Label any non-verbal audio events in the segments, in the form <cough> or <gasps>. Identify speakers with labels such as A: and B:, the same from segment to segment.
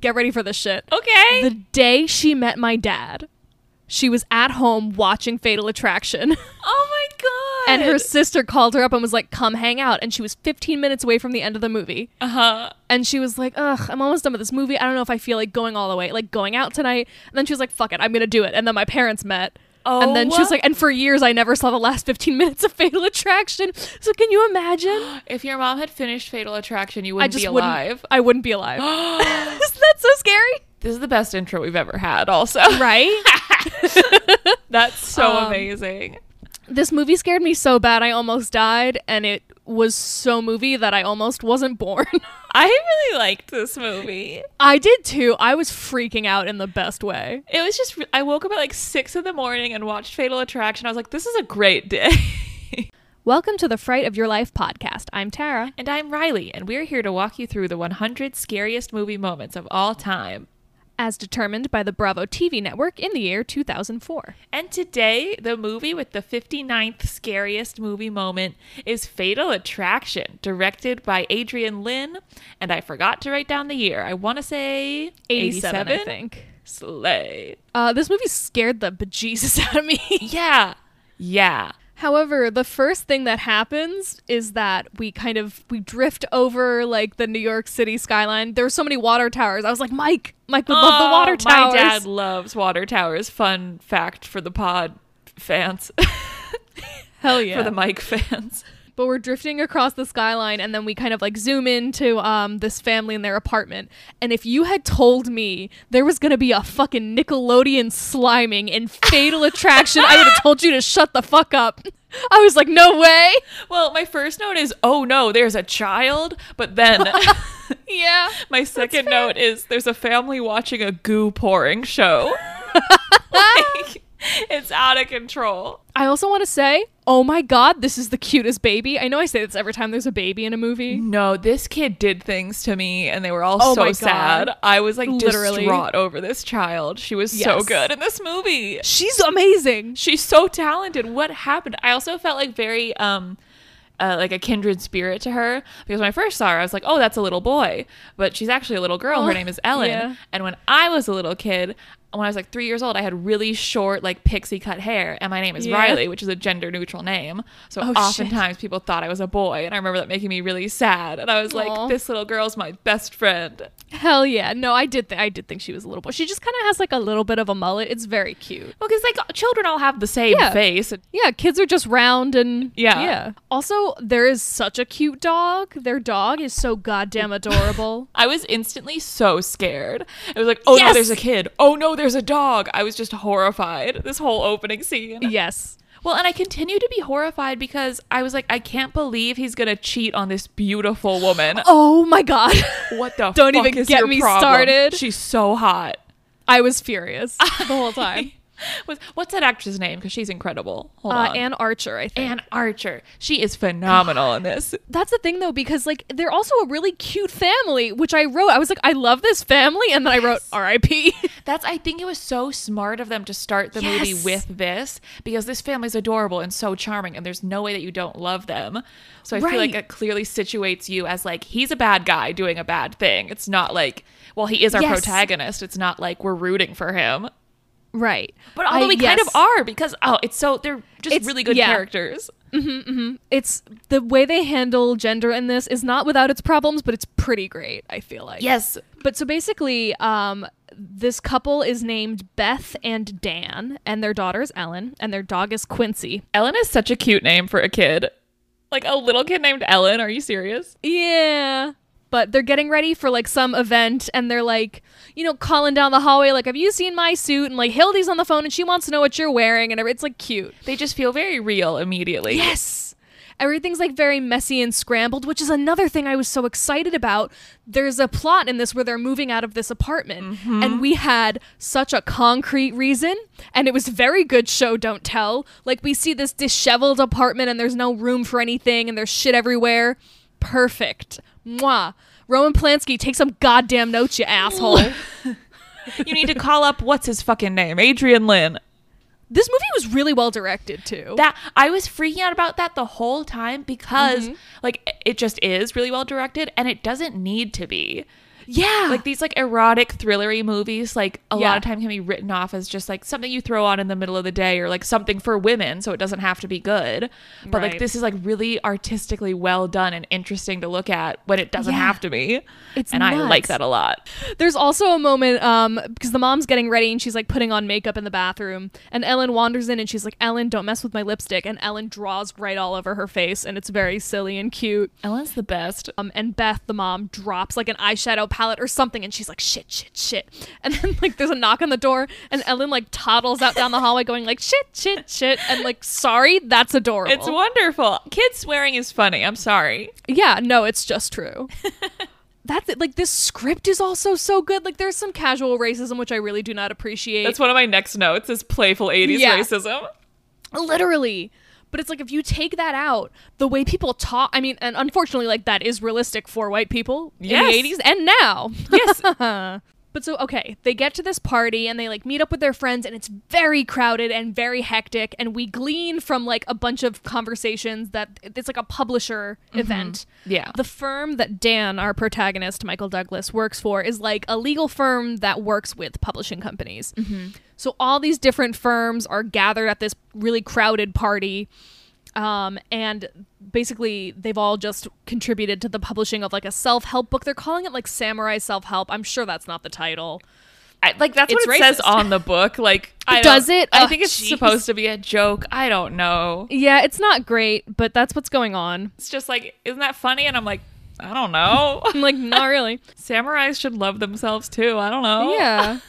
A: Get ready for this shit.
B: Okay.
A: The day she met my dad, she was at home watching Fatal Attraction. <laughs>
B: oh my god.
A: And her sister called her up and was like, come hang out. And she was 15 minutes away from the end of the movie.
B: Uh huh.
A: And she was like, ugh, I'm almost done with this movie. I don't know if I feel like going all the way, like going out tonight. And then she was like, fuck it, I'm going to do it. And then my parents met.
B: Oh.
A: And then she was like, and for years I never saw the last 15 minutes of Fatal Attraction. So can you
B: <gasps>
A: imagine?
B: if your mom had finished Fatal Attraction,
A: I
B: you wouldn't
A: just
B: be
A: wouldn't- <gasps>
B: alive. <gasps>
A: I wouldn't be alive. Isn't that so scary?
B: <laughs> This is the best intro we've ever had. Also,
A: Right?
B: <laughs> that's so
A: Um,
B: amazing.
A: this movie scared me so bad I almost died, and it was so movie that I almost wasn't born. <laughs>
B: I really liked this movie.
A: I did too. I was freaking out in the best way.
B: It was just I woke up at like six in the morning and watched Fatal Attraction. I was like, this is a great day. <laughs>
A: Welcome to the Fright of Your Life podcast. I'm Tara.
B: and I'm Riley, and we're here to walk you through the 100 scariest movie moments of all time.
A: As determined by the Bravo TV network in the year 2004.
B: And today, the movie with the 59th scariest movie moment is Fatal Attraction, directed by Adrian Lynn. And I forgot to write down the year. I want to say
A: 87, I think.
B: Slay.
A: Uh, this movie scared the bejesus <laughs> out of me.
B: Yeah. Yeah.
A: However, the first thing that happens is that we kind of we drift over like the New York City skyline. There were so many water towers. I was like, Mike, Mike would love the
B: Oh,
A: water towers.
B: My dad loves water towers. Fun fact for the pod fans, <laughs>
A: Hell Oh, yeah.
B: for the mic fans.
A: but we're drifting across the skyline and then we kind of like zoom into um, this family in their apartment and if you had told me there was gonna be a fucking nickelodeon sliming in fatal attraction i would have told you to shut the fuck up <laughs> i was like no way
B: Well, my first note is, oh no, there's a child.
A: <laughs>
B: But then.
A: yeah
B: My second note is there's a family watching a goo pouring show. <laughs> like, it's out of control.
A: i also want to say oh my god this is the cutest baby i know i say this every time there's a baby in a movie
B: No, this kid did things to me and they were all
A: Oh my
B: so
A: God.
B: sad. I was like
A: Literally.
B: distraught over this child. She was so
A: Yes.
B: good in this movie.
A: she's amazing
B: She's so talented. What happened? I also felt like very um uh, like a kindred spirit to her because when I first saw her, I was like, "Oh, that's a little boy," but she's actually a little girl.
A: Oh,
B: her name is Ellen.
A: yeah.
B: And when I was a little kid, when I was like three years old, I had really short, like pixie cut hair, and my name is
A: Yeah.
B: Riley, which is a gender neutral name. So
A: Oh, shit.
B: oftentimes people thought I was a boy, and I remember that making me really sad. And I was like,
A: Aw.
B: "This little girl's my best friend."
A: hell yeah no i did th- i did think she was a little boy she just kind of has like a little bit of a mullet it's very cute
B: Well, because like children all have the same
A: Yeah.
B: face.
A: Yeah, kids are just round and
B: Yeah.
A: Also, there is such a cute dog. Their dog is so goddamn
B: <laughs>
A: adorable.
B: I was instantly so scared. I was like, oh no,
A: Yes!
B: there's a kid. Oh no, there's a dog. I was just horrified this whole opening scene.
A: yes.
B: Well, and I continue to be horrified because I was like, I can't believe he's gonna cheat on this beautiful woman.
A: Oh my god.
B: <laughs> What
A: <laughs>
B: the
A: Don't
B: fuck
A: even
B: is
A: get
B: your
A: me
B: problem?
A: started.
B: She's so hot.
A: I was <laughs> furious the
B: <laughs>
A: whole time.
B: Was- What's that actress name? Because she's incredible. Hold
A: Uh,
B: on.
A: Anne Archer, I think.
B: Anne Archer. She <sighs> is phenomenal in this.
A: That's the thing though, because like they're also a really cute family, which I wrote. I was like, I love this family, and then I wrote
B: <laughs>
A: R.I.P.
B: That's I think it was so smart of them to start the movie
A: Yes.
B: with this because this family's adorable and so charming and there's no way that you don't love them. So I feel
A: Right.
B: like it clearly situates you as like he's a bad guy doing a bad thing. It's not like well he is our
A: Yes.
B: protagonist. It's not like we're rooting for him.
A: right.
B: But although
A: I-
B: we kind
A: yes.
B: of are because oh it's so they're just
A: It's-
B: really good
A: yeah.
B: characters.
A: It's the way they handle gender in this is not without its problems, but it's pretty great, I feel like.
B: Yes.
A: But so basically, um, this couple is named Beth and Dan, and their daughter is Ellen, and their dog is Quincy.
B: Ellen is such a cute name for a kid. Like a little kid named Ellen, are you serious?
A: Yeah. But they're getting ready for like some event, and they're like, you know, calling down the hallway, like, "Have you seen my suit?" And like, Hildy's on the phone, and she wants to know what you're wearing, and every- it's like cute.
B: They just feel very real immediately.
A: Yes. Everything's like very messy and scrambled, which is another thing I was so excited about. There's a plot in this where they're moving out of this apartment, and we had such a concrete reason, and it was very good show don't tell. Like we see this disheveled apartment and there's no room for anything and there's shit everywhere. Perfect. Mwah. Roman Polanski, take some goddamn notes, you asshole.
B: you need to call up what's his fucking name, Adrian Lynn.
A: This movie was really well directed too.
B: That I was freaking out about that the whole time because
A: Mm-hmm.
B: like it just is really well directed and it doesn't need
A: <sighs>
B: to be.
A: yeah.
B: Like these like erotic thrillery movies like a
A: Yeah.
B: lot of time can be written off as just like something you throw on in the middle of the day or like something for women so it doesn't have to be good. But
A: Right.
B: like this is like really artistically well done and interesting to look at when it doesn't
A: Yeah.
B: have to be.
A: It's
B: and I like
A: nuts.
B: that a lot.
A: There's also a moment um because the mom's getting ready and she's like putting on makeup in the bathroom and Ellen wanders in and she's like Ellen don't mess with my lipstick and Ellen draws right all over her face and it's very silly and cute.
B: Ellen's the best.
A: Um and Beth the mom drops like an eyeshadow palette or something and she's like shit shit <laughs> shit. And then like there's a knock on the door and Ellen like toddles out down the hallway going like shit shit shit and like sorry that's adorable.
B: It's wonderful. Kids swearing is funny. I'm sorry.
A: Yeah, no, it's just true. <laughs> That's it. Like this script is also so good. Like there's some casual racism which I really do not appreciate.
B: That's one of my next notes is playful 80s
A: Yeah.
B: racism.
A: literally. But it's like if you take that out, the way people talk. I mean, and unfortunately, like that is realistic for white people
B: Yes.
A: in the '80s and now.
B: Yes.
A: <laughs> But so okay, they get to this party and they like meet up with their friends and it's very crowded and very hectic and we glean from like a bunch of conversations that it's like a publisher
B: Mm-hmm.
A: event.
B: Yeah.
A: The firm that Dan, our protagonist, Michael Douglas, works for is like a legal firm that works with publishing companies. So all these different firms are gathered at this really crowded party. Um, and basically, they've all just contributed to the publishing of like a self help book. They're calling it like Samurai Self Help. I'm sure that's not the title.
B: I, like that's
A: It's
B: what it says
A: racist.
B: on the book. Like, I don't-
A: Does it?
B: I
A: Oh,
B: think it's
A: jeez.
B: supposed to be a joke. I don't know.
A: Yeah, it's not great, but that's what's going on.
B: It's just like, isn't that funny? And I'm like, I don't know. <laughs>
A: I'm <laughs> like, not really.
B: Samurais should love themselves too. I don't know.
A: <laughs> Yeah.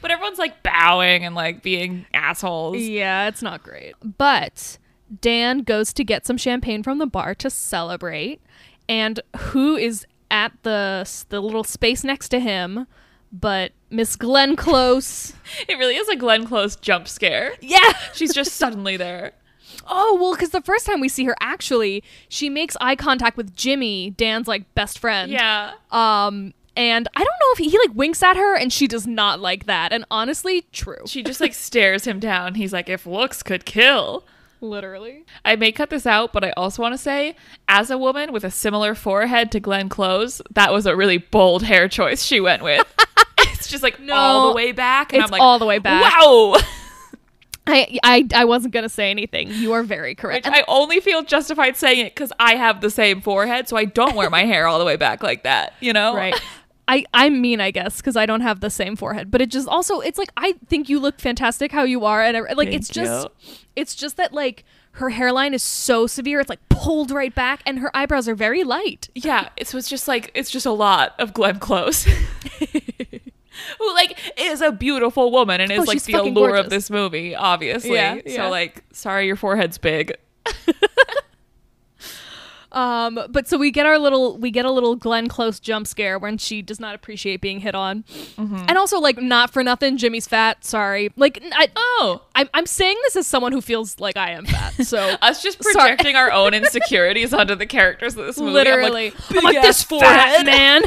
B: But everyone's like bowing and like being assholes.
A: Yeah, it's not great. But Dan goes to get some champagne from the bar to celebrate, and who is at the the little space next to him? But Miss Glenn Close.
B: It really is a Glenn Close jump scare.
A: <laughs> Yeah.
B: She's just
A: <laughs>
B: suddenly there.
A: Oh well, because the first time we see her, actually, she makes eye contact with Jimmy, Dan's like best friend.
B: Yeah.
A: Um, and I don't know if he, he like winks at her, and she does not like that. And honestly, true.
B: She just like stares him down. He's like, if looks could kill.
A: Literally.
B: I may cut this out, but I also want to say, as a woman with a similar forehead to Glenn Close, that was a really bold hair choice she
A: <laughs>
B: went with. it's just like all the way back, and
A: it's
B: I'm like,
A: all the way back. <laughs>
B: Wow.
A: I, I I wasn't gonna say anything. You are very correct.
B: Which I only feel justified saying it because I have the same forehead, so I don't wear my hair all the way back like that. You know,
A: right i i mean i guess because i don't have the same forehead but it just also it's like i think you look fantastic how you are and I, like it's
B: Thank
A: just it's just that like her hairline is so severe it's like pulled right back and her eyebrows are very light
B: Yeah, it was just like it's just a lot of
A: <laughs>
B: Glenn Close. Who like is a beautiful woman and is
A: Oh,
B: like
A: she's
B: the
A: fucking
B: allure
A: gorgeous.
B: of this movie, obviously.
A: Yeah, yeah.
B: So like, sorry, your forehead's big.
A: um but so we get our little we get a little glenn close jump scare when she does not appreciate being hit on and also like not for nothing jimmy's fat sorry like i
B: Oh,
A: I'm, I'm saying this as someone who feels like i am fat so
B: <laughs> us
A: <laughs>
B: just
A: Sorry.
B: projecting our own insecurities onto the characters of this movie.
A: Literally,
B: I'm like, "Big
A: this
B: ass forehead."
A: fat man.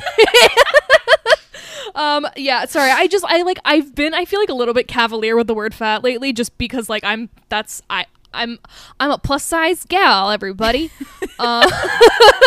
A: <laughs> um, yeah. Sorry, I just I like I've been I feel like a little bit cavalier with the word fat lately, just because like I'm that's I I'm I'm a plus size gal, everybody.
B: <laughs>
A: uh, <laughs>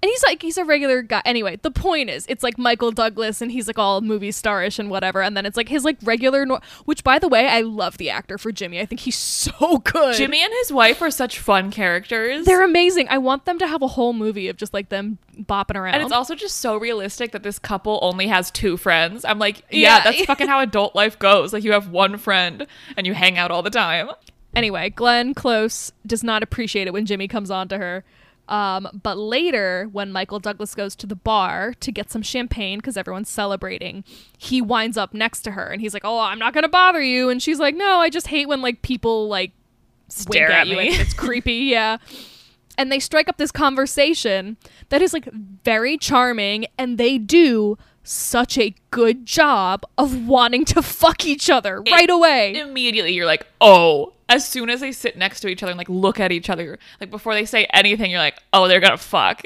A: and he's like he's a regular guy. Anyway, the point is, it's like Michael Douglas, and he's like all movie starish and whatever. And then it's like his like regular, nor- which by the way, I love the actor for Jimmy. I think he's so good.
B: Jimmy and his wife are such fun characters.
A: They're amazing. I want them to have a whole movie of just like them bopping around.
B: and it's also just so realistic that this couple only has two friends. I'm like, yeah,
A: Yeah.
B: that's fucking how adult life goes. Like you have one friend and you hang out all the time.
A: anyway, Glenn Close does not appreciate it when Jimmy comes on to her. Um, but later, when Michael Douglas goes to the bar to get some champagne because everyone's celebrating, he winds up next to her and he's like, "Oh, I'm not gonna bother you," and she's like, "No, I just hate when like people like
B: Stare at
A: I
B: me. <laughs>
A: think It's creepy, yeah." And they strike up this conversation that is like very charming, and they do such a good job of wanting to fuck each other right away.
B: immediately you're like, oh. As soon as they sit next to each other and like look at each other, like before they say anything, you're like, oh, they're gonna fuck.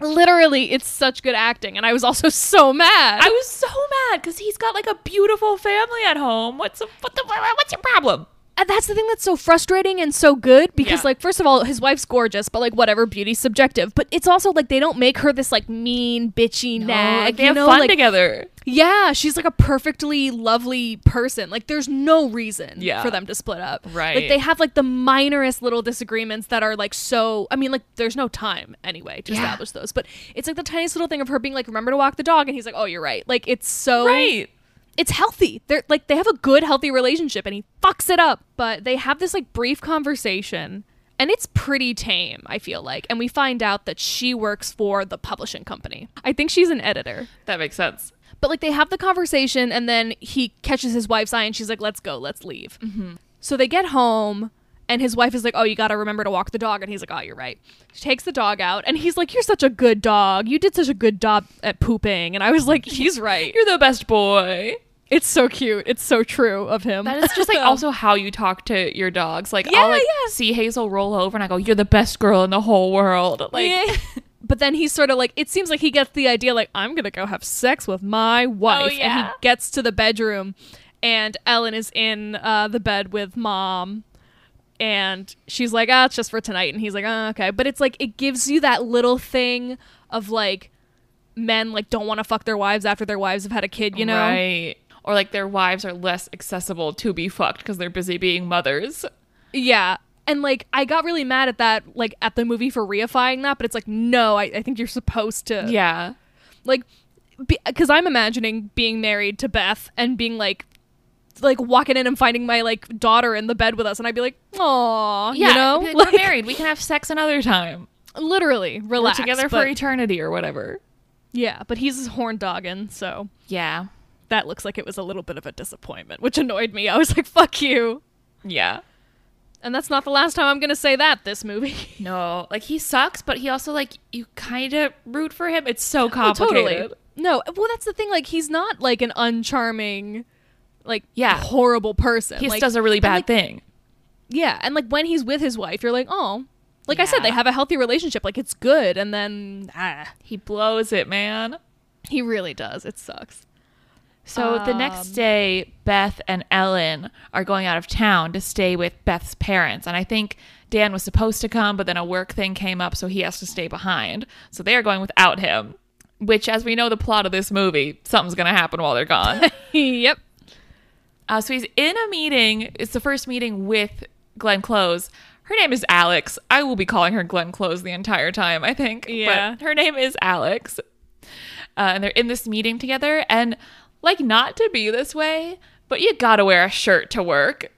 A: Literally, it's such good acting, and I was also <laughs> so mad.
B: I was so mad because he's got like a beautiful family at home. What's what the, what's your problem?
A: And uh, that's the thing that's so frustrating and so good because
B: Yeah.
A: like first of all his wife's gorgeous but like whatever beauty's subjective but it's also like they don't make her this like mean bitchy
B: Oh,
A: nag
B: like, they
A: you
B: have
A: know
B: fun
A: like
B: together.
A: yeah she's like a perfectly lovely person like there's no reason
B: Yeah.
A: for them to split up like
B: Right.
A: they have like the minorest little disagreements that are like so I mean like there's no time anyway to
B: Yeah.
A: establish those but it's like the tiniest little thing of her being like remember to walk the dog and he's like oh you're right like it's so
B: Right.
A: it's healthy. They're like they have a good healthy relationship and he fucks it up, but they have this like brief conversation and it's pretty tame, I feel like. And we find out that she works for the publishing company. I think she's an editor.
B: That makes sense.
A: But like they have the conversation and then he catches his wife's eye and she's like, "Let's go, let's leave." So they get home and his wife is like, "Oh, you got to remember to walk the dog." And he's like, "Oh, you're right." She takes the dog out and he's like, "You're such a good dog. You did such a good job at pooping." And I was like, <laughs> "He's right."
B: You're the best boy.
A: It's so cute. It's so true of him.
B: That is just
A: <laughs>
B: <laughs> like also how you talk to your dogs. Like
A: Yeah,
B: I'll like
A: yeah.
B: see Hazel roll over and I go, "You're the best girl in the whole world." Like
A: Yeah. <laughs> But then he's sort of like, it seems like he gets the idea, like, I'm going to go have sex with my wife. And
B: yeah.
A: he gets to the bedroom, and Ellen is in uh, the bed with mom. And she's like, ah, it's just for tonight. And he's like, ah, okay. But it's like, it gives you that little thing of like, men like don't want to fuck their wives after their wives have had a kid, you know?
B: right. Or like their wives are less accessible to be fucked because they're busy being mothers.
A: Yeah. And like I got really mad at that, like at the movie for reifying that, but it's like, no, I, I think you're supposed to
B: Yeah.
A: like because i'm imagining being married to beth and being like like walking in and finding my like daughter in the bed with us and i'd be like oh
B: Yeah.
A: you know <laughs>
B: <laughs> like,
A: like,
B: we're married. We can have sex another time.
A: literally relax
B: we're together
A: but-
B: for e-, eternity or whatever.
A: yeah but he's horn dogging so
B: Yeah.
A: that looks like it was a little bit of a disappointment which annoyed me i was like fuck you
B: Yeah.
A: and that's not the last time i'm gonna say that this movie <laughs>
B: No, like he sucks, but he also like you kind of root for him. It's so
A: Oh,
B: complicated.
A: no well that's the thing like he's not like an uncharming like
B: Yeah.
A: horrible person
B: He
A: like,
B: just does a really
A: and,
B: bad
A: like,
B: thing.
A: Yeah, and like when he's with his wife, you're like, oh, like I said,
B: Yeah.
A: they have a healthy relationship. Like it's good, and then ah,
B: He blows it, man.
A: he really does. It sucks.
B: So the next
A: Um,
B: day, Beth and Ellen are going out of town to stay with Beth's parents. And I think Dan was supposed to come, but then a work thing came up, so he has to stay behind. So they are going without him, which, as we know the plot of this movie, something's going to happen while they're gone.
A: <laughs>
B: <laughs>
A: yep.
B: Uh, so he's in a meeting. It's the first meeting with Glenn Close. Her name is Alex. I will be calling her Glenn Close the entire time, I think.
A: Yeah.
B: But her name is Alex. Uh, and they're in this meeting together. And, like, not to be this way, but you gotta wear a shirt to work.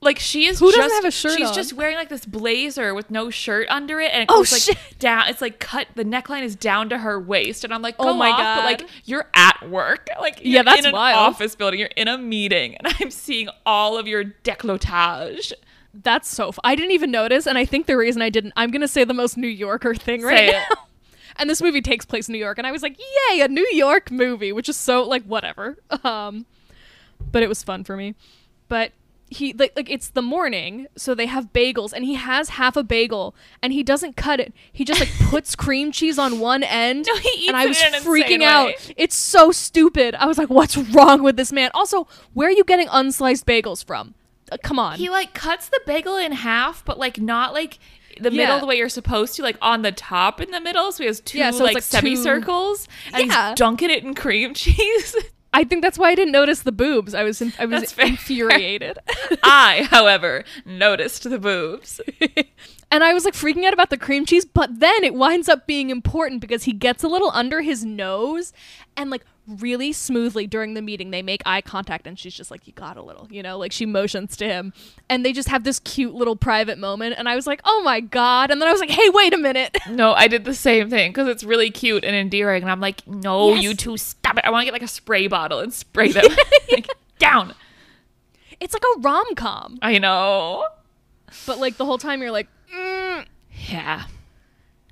B: Like she is
A: Who
B: just
A: doesn't have a shirt
B: she's
A: on?
B: just wearing like this blazer with no shirt under it and it
A: Oh,
B: goes, like
A: shit.
B: down it's like cut the neckline is down to her waist and I'm like,
A: Oh
B: "Go
A: my
B: off," but
A: God.
B: like you're at work. <laughs> Like
A: Yeah,
B: you're
A: that's
B: in an
A: wild.
B: office building. You're in a meeting, and <laughs> I'm seeing all of your décolletage.
A: That's so. F- I didn't even notice, and I think the reason I didn't, I'm gonna say the most New Yorker thing right
B: Say it.
A: now. <laughs> And this movie takes place in New York, and I was like, yay, a New York movie, which is so like whatever. <laughs> Um, but it was fun for me. But he like, like it's the morning, so they have bagels, and he has half a bagel, and he doesn't cut it. He just like
B: <laughs>
A: puts cream cheese on one end,
B: No, he eats
A: and I
B: it
A: was
B: in an insane
A: freaking
B: way.
A: out. It's so stupid. I was like, what's wrong with this man? Also, where are you getting unsliced bagels from? Uh, come on.
B: He like cuts the bagel in half, but like not like the
A: Yeah.
B: middle the way you're supposed to, like on the top in the middle. So he has two
A: Yeah, so it's,
B: like,
A: like, two-
B: semicircles, and
A: Yeah.
B: he's dunking it in cream <laughs> cheese.
A: I think that's why I didn't notice the boobs. I was in- I was
B: That's fair. <laughs>
A: infuriated. <laughs>
B: I, however, noticed the boobs.
A: and I was like freaking out about the cream cheese, but then it winds up being important because he gets a little under his nose and like really smoothly during the meeting they make eye contact and she's just like you got a little, you know, like she motions to him and they just have this cute little private moment and I was like, "Oh my god." And then I was like, "Hey, wait a minute."
B: <laughs>
A: <laughs>
B: No, I did the same thing because it's really cute and endearing, and I'm like, no,
A: Yes.
B: you two, stop it! I want to get like a spray bottle and spray <laughs> them like, down.
A: it's like a rom-com,
B: I know.
A: but like the whole time you're like,
B: Yeah.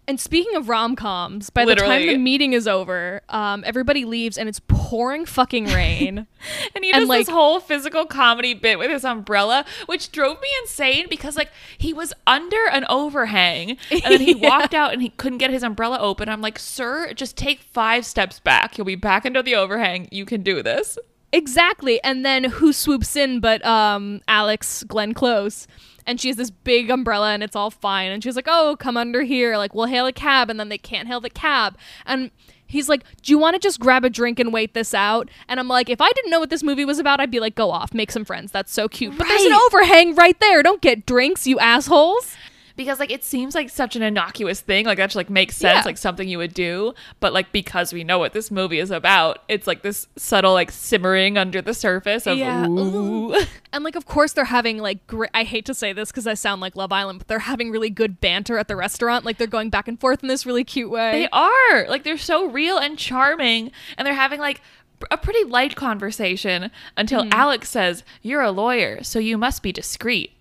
A: And speaking of rom coms, by the time
B: Literally.
A: the meeting is over, um, everybody leaves and it's pouring fucking
B: <laughs>
A: rain.
B: And he
A: And,
B: does
A: like-
B: this whole physical comedy bit with his umbrella, which drove me insane because like he was under an overhang and then he
A: <laughs> Yeah.
B: walked out and he couldn't get his umbrella open. I'm like, sir, just take five steps back. You'll be back under the overhang. You can do this.
A: exactly. And then who swoops in but um, Alex Glenn Close? And she has this big umbrella and it's all fine. And she's like, oh, come under here. Like, we'll hail a cab. And then they can't hail the cab. And he's like, do you want to just grab a drink and wait this out? And I'm like, if I didn't know what this movie was about, I'd be like, go off, make some friends. That's so cute. But there's an
B: Right.
A: overhang right there. Don't get drinks, you assholes.
B: Because like it seems like such an innocuous thing. Like that should like makes sense,
A: Yeah.
B: like something you would do. But like because we know what this movie is about, it's like this subtle like simmering under the surface of
A: Yeah.
B: ooh.
A: And like, of course, they're having like gr I hate to say this because I sound like Love Island, but they're having really good banter at the restaurant. Like they're going back and forth in this really cute way.
B: They are. Like they're so real and charming and they're having like pr- a pretty light conversation until
A: Mm-hmm.
B: Alex says, "You're a lawyer, so you must be discreet."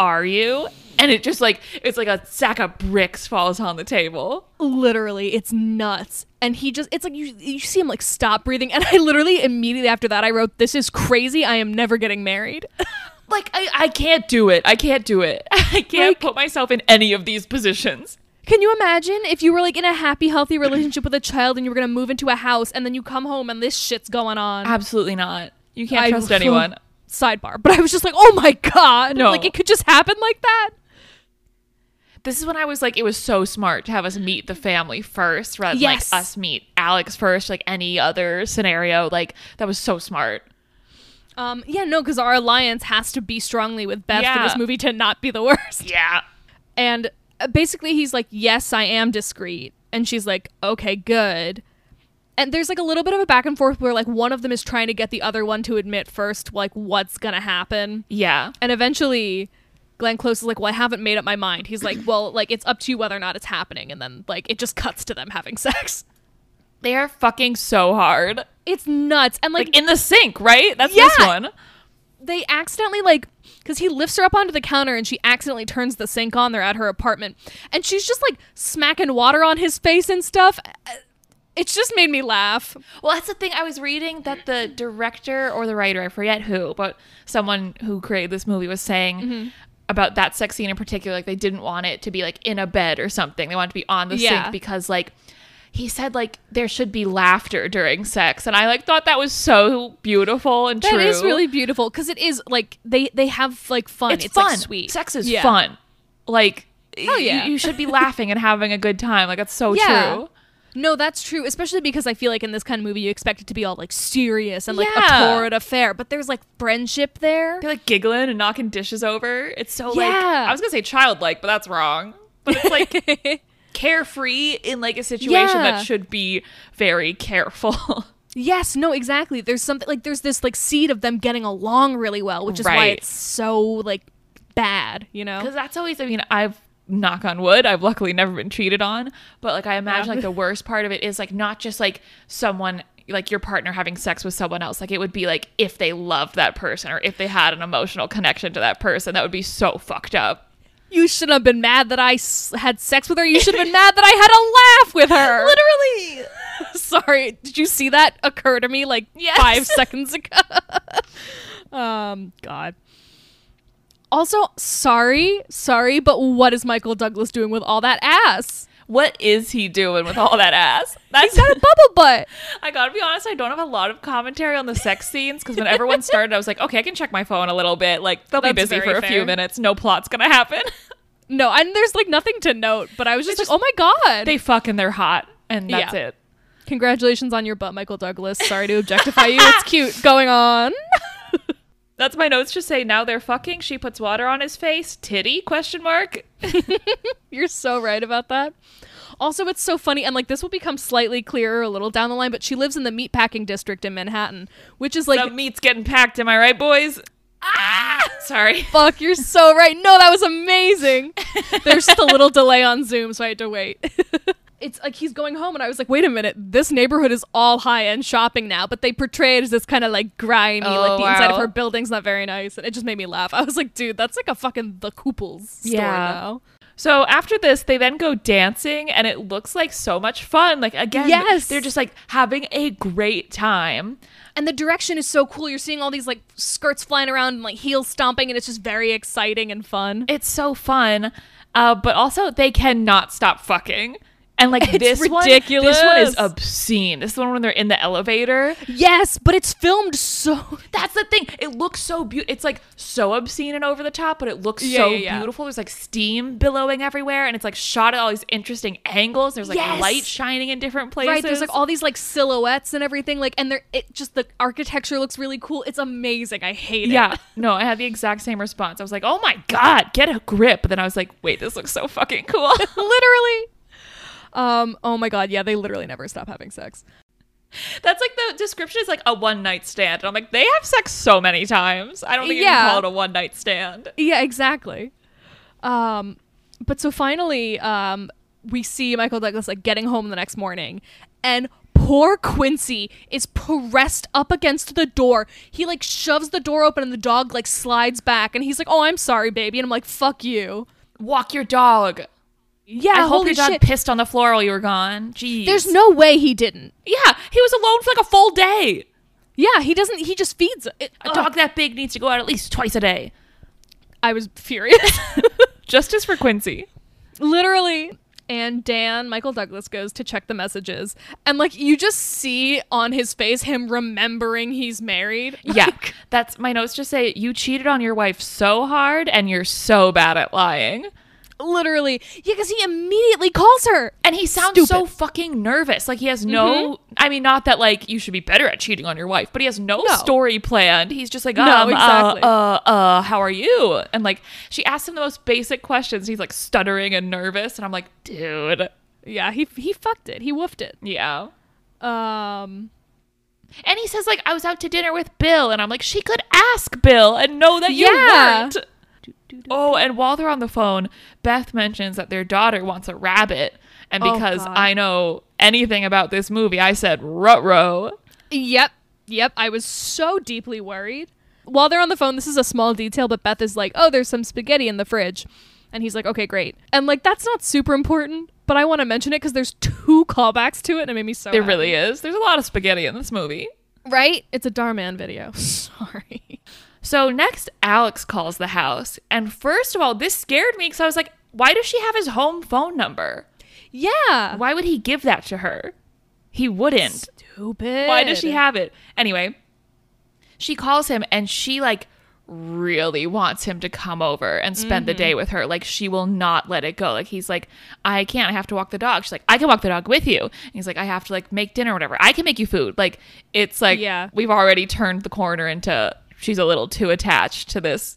B: Are you? And it just like it's like a sack of bricks falls on the table.
A: literally, it's nuts. And he just, it's like you, you see him like stop breathing. And I literally immediately after that, I wrote, "This is crazy. I am never getting married." <laughs>
B: Like I, I can't do it. I can't do it. <laughs> I can't
A: Like-
B: put myself in any of these positions.
A: Can you imagine if you were like in a happy, healthy relationship with a child and you were gonna move into a house and then you come home and this shit's going on?
B: Absolutely not. You can't
A: I-
B: trust anyone.
A: <laughs> Sidebar, but I was just like, "Oh my god!"
B: No.
A: Like it could just happen like that.
B: This is when I was like, it was so smart to have us meet the family first rather than
A: Yes.
B: like us meet Alex first, like any other scenario. Like that was so smart.
A: Um, yeah, no, because our alliance has to be strongly with Beth for
B: Yeah.
A: this movie to not be the <laughs> worst.
B: Yeah.
A: And uh, basically, he's like, "Yes, I am discreet," and she's like, "Okay, good." And there's like a little bit of a back and forth where like one of them is trying to get the other one to admit first, like what's gonna happen,
B: Yeah.
A: and eventually. Glenn Close is like, well, I haven't made up my mind. He's like, well, like it's up to you whether or not it's happening, and then like it just cuts to them having <laughs> sex.
B: They are fucking so hard.
A: It's nuts, and like
B: Like in the sink, right? That's this
A: Yeah.
B: one.
A: they accidentally like because he lifts her up onto the counter and she accidentally turns the sink on they're at her apartment and she's just like smacking water on his face and stuff Uh, it's just made me laugh
B: Well, that's the thing. I was reading that the director or the writer, I forget who, but someone who created this movie was saying
A: Mm-hmm.
B: about that sex scene in particular, like they didn't want it to be like in a bed or something. They wanted to be on the
A: Yeah.
B: sink because like he said like there should be laughter during sex. And I like thought that was so beautiful and true.
A: that is really beautiful because it is like they they have like fun
B: it's,
A: it's,
B: fun.
A: like, sweet
B: Sex is
A: Yeah.
B: fun. Like
A: Hell
B: you-
A: yeah.
B: you, should be laughing and having a good time. Like that's so
A: <laughs> Yeah.
B: true.
A: no that's true especially because i feel like in this kind of movie you expect it to be all like serious and like
B: Yeah.
A: a torrid affair but there's like friendship <laughs> there
B: They're like giggling and knocking dishes over. It's so like
A: Yeah.
B: I was gonna say childlike, but that's wrong. But it's
A: <laughs>
B: like carefree in like a situation
A: Yeah.
B: that should be very
A: <laughs>
B: careful.
A: Yes, no, exactly. There's something like there's this like seed of them getting along really well, which is why
B: Right.
A: it's so like bad, you know?
B: Because that's always I mean, I've knock on wood, I've luckily never been cheated on. But like I imagine
A: Yeah. <laughs>
B: like the worst part of it is like not just like someone like your partner having sex with someone else. Like it would be like if they loved that person or if they had an emotional connection to that person, that would be so fucked up.
A: You should have been mad that I s- had sex with her. You should have been mad that I had a laugh with <laughs> her.
B: Literally
A: Sorry, did you see that occur to me like <laughs>
B: Yes.
A: five seconds ago? um, God. Also, sorry, sorry, but what is Michael Douglas doing with all that ass?
B: What is he doing with all that ass? That's
A: He's got a bubble butt.
B: I gotta be honest, I don't have a lot of commentary on the sex scenes because when everyone started, I was like, okay, I can check my phone a little bit. Like, they'll be
A: That's
B: busy for
A: very
B: a few
A: fair.
B: minutes. No plot's gonna happen.
A: <laughs> No, and there's like nothing to note, but I was just like, oh my God.
B: <laughs> they fuck and they're hot, and that's
A: Yeah.
B: it.
A: Congratulations on your butt, Michael Douglas. Sorry to objectify you. It's cute. Going on. <laughs>
B: That's my notes. Just say now they're fucking. She puts water on his face. Titty? Question mark.
A: You're so right about that. Also, it's so funny, and like this will become slightly clearer a little down the line, but she lives in the meatpacking district in Manhattan, which is like,
B: <laughs> The meat's getting packed. Am I right, boys? Ah, <laughs> sorry.
A: fuck, you're so right. No, that was <laughs> amazing. There's just a little delay on Zoom, so I had to wait. <laughs> it's like he's going home, and I was like, wait a minute, this neighborhood is all high end shopping now, but they portray it as this kind of like grimy,
B: Oh,
A: like the inside of
B: wow.
A: her <laughs> building's not very nice, and it just made me laugh. I was like, dude, that's like a fucking The Couples store
B: Yeah.
A: now.
B: So after this, they then go dancing, and it looks like so much fun. Like again,
A: Yes.
B: they're just like having a great time.
A: And the direction is so cool. You're seeing all these like skirts flying around and like heels stomping, and it's just very exciting and fun.
B: It's so fun, uh, but also they cannot stop fucking. And
A: <laughs>
B: like this one, this one
A: ridiculous.
B: is obscene. This is the one when they're in the elevator.
A: Yes, but it's filmed so.
B: That's the thing. It looks so beautiful. It's like so obscene and over the top, but it looks
A: Yeah,
B: so
A: yeah, yeah.
B: beautiful. There's like steam billowing everywhere, and it's like shot at all these interesting angles. There's like
A: Yes.
B: light shining in different places.
A: Right, there's like all these like silhouettes and everything, like, and they're it just the architecture looks really cool. It's amazing. I hate it.
B: <laughs> Yeah. No, I had the exact same response. I was like, oh my God, get a grip. But then I was like, wait, this looks so fucking cool. <laughs>
A: <laughs> literally. Um. Oh my god. Yeah, they literally never stop having sex.
B: That's like the description is like a one night stand. And I'm like, they have sex so many times. I don't think you
A: Yeah.
B: can call it a one night stand.
A: Yeah, exactly. Um, but so finally, um, we see Michael Douglas like getting home the next morning, and poor Quincy is pressed up against the door. He like shoves the door open, and the dog like slides back, and he's like, "Oh, I'm sorry, baby," and I'm like, "Fuck you."
B: Walk your dog. Oh,
A: Yeah,
B: I hope
A: holy
B: your dog
A: shit.
B: pissed on the floor while you were gone. Jeez.
A: There's no way he didn't.
B: Yeah, he was alone for like a full day.
A: Yeah, he doesn't. He just feeds it.
B: A
A: Ugh.
B: dog that big needs to go out at least twice a day.
A: I was <laughs> furious.
B: Justice for Quincy.
A: Literally. And Dan, Michael Douglas, goes to check the messages. And, like, you just see on his face him remembering he's married. <laughs>
B: <laughs> Yeah,
A: Like,
B: that's my notes. Just say you cheated on your wife so hard, and you're so bad at lying.
A: literally. Yeah, because he immediately calls her.
B: And he sounds
A: Stupid. Mm-hmm.
B: so fucking nervous. Like he has no I mean not that like you should be better at cheating on your wife, but he has no,
A: No.
B: story planned. He's just like,
A: No,
B: um, uh,
A: exactly.
B: uh, uh, how are you? And like she asks him the most basic questions. He's like stuttering and nervous and I'm like, dude.
A: Yeah, he, he fucked it. He woofed it.
B: Yeah.
A: Um,
B: And he says like I was out to dinner with Bill and I'm like she could ask Bill and know that you
A: Yeah.
B: weren't. Oh, and while they're on the phone, Beth mentions that their daughter wants a rabbit. And
A: Oh,
B: because
A: God.
B: I know anything about this movie, I said, rutro.
A: Yep. Yep. I was so deeply worried. While they're on the phone, this is a small detail, but Beth is like, oh, there's some spaghetti in the fridge. And he's like, okay, great. And like, that's not super important, but I want to mention it because there's two callbacks to it and it made me so.
B: There
A: happy.
B: really is. There's a lot of spaghetti in this movie.
A: Right? It's a Darman video. <laughs> Sorry.
B: So next, Alex calls the house. And first of all, this scared me because I was like, why does she have his home phone number?
A: Yeah.
B: Why would he give that to her? He wouldn't.
A: Stupid.
B: Why does she have it? Anyway, she calls him and she like really wants him to come over and spend the
A: Mm-hmm.
B: day with her. Like she will not let it go. Like he's like, I can't. I have to walk the dog. She's like, I can walk the dog with you. And he's like, I have to like make dinner or whatever. I can make you food. Like it's like
A: Yeah.
B: we've already turned the corner into she's a little too attached to this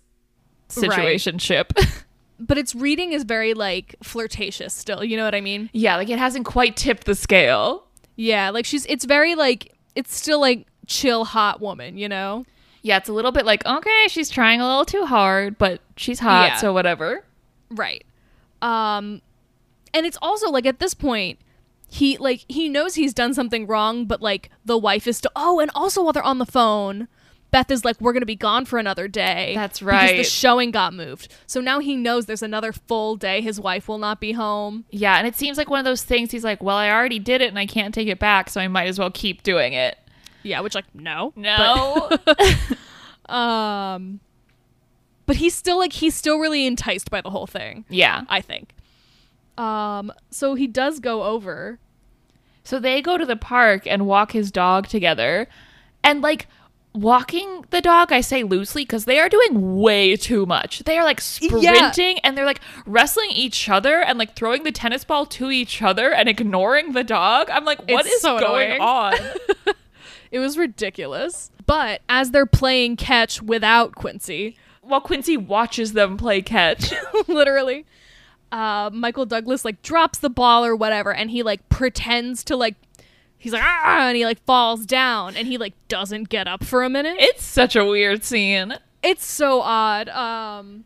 A: Right.
B: situationship.
A: But its reading is very like flirtatious still. You know what I mean?
B: <laughs> yeah, like it hasn't quite tipped the scale.
A: Yeah. Like she's, it's very like, it's still like chill, hot woman, you know?
B: Yeah, it's a little bit like, okay, she's trying a little too hard, but she's hot,
A: Yeah.
B: so whatever.
A: Right. Um and it's also like at this point he like he knows he's done something wrong but like the wife is to Oh, and also while they're on the phone Beth is like we're going to be gone for another day.
B: That's
A: Because the
B: right.
A: showing got moved. So now he knows there's another full day his wife will not be home.
B: Yeah, and it seems like one of those things he's like, well, I already did it and I can't take it back, so I might as well keep doing it.
A: Yeah, which like no.
B: No.
A: But, <laughs> um but he's still like he's still really enticed by the whole thing,
B: yeah.
A: I think. Um so he does go over
B: So they go to the park and walk his dog together. And like walking the dog, I say loosely because they are doing way too much. They are like sprinting and they're like wrestling each other and like throwing the tennis ball to each other and ignoring the dog. I'm like, what is
A: It's so
B: going
A: annoying.
B: on?
A: It was ridiculous. But as they're playing catch without Quincy,
B: <laughs>
A: <laughs>
B: While Quincy watches them play catch.
A: literally, uh, Michael Douglas like drops the ball or whatever, and he like pretends to like he's like ah, and he like falls down, and he like doesn't get up for a minute.
B: it's such a weird scene.
A: it's so odd. Um,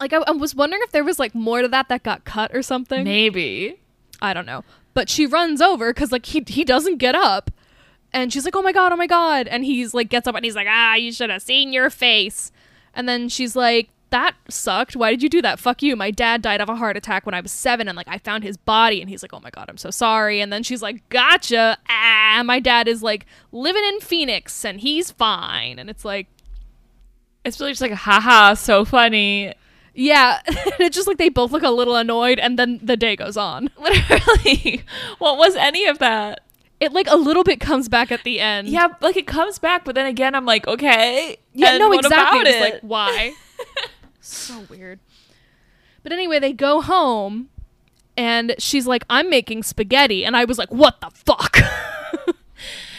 A: like I, I was wondering if there was like more to that that got cut or something.
B: Maybe.
A: I don't know. But she runs over because like he he doesn't get up, and she's like, "Oh my god, oh my god!" And he's like, gets up and he's like, "Ah, you should have seen your face." And then she's like, that sucked. Why did you do that? Fuck you. My dad died of a heart attack when I was seven, and like I found his body, and he's like, oh my god, I'm so sorry. And then she's like, gotcha. Ah, my dad is like living in Phoenix, and he's fine. And it's like,
B: It's really just like, haha, so funny.
A: yeah, <laughs> it's just like they both look a little annoyed, and then the day goes on.
B: <laughs> Literally, what was any of that?
A: It like a little bit comes back at the end.
B: Yeah, like it comes back, but then again, I'm like, okay.
A: Yeah,
B: and
A: no,
B: what
A: exactly.
B: about
A: It's
B: it?
A: like why? so weird. But anyway, they go home and she's like, I'm making spaghetti. And I was like, what the fuck?
B: <laughs>
A: <laughs>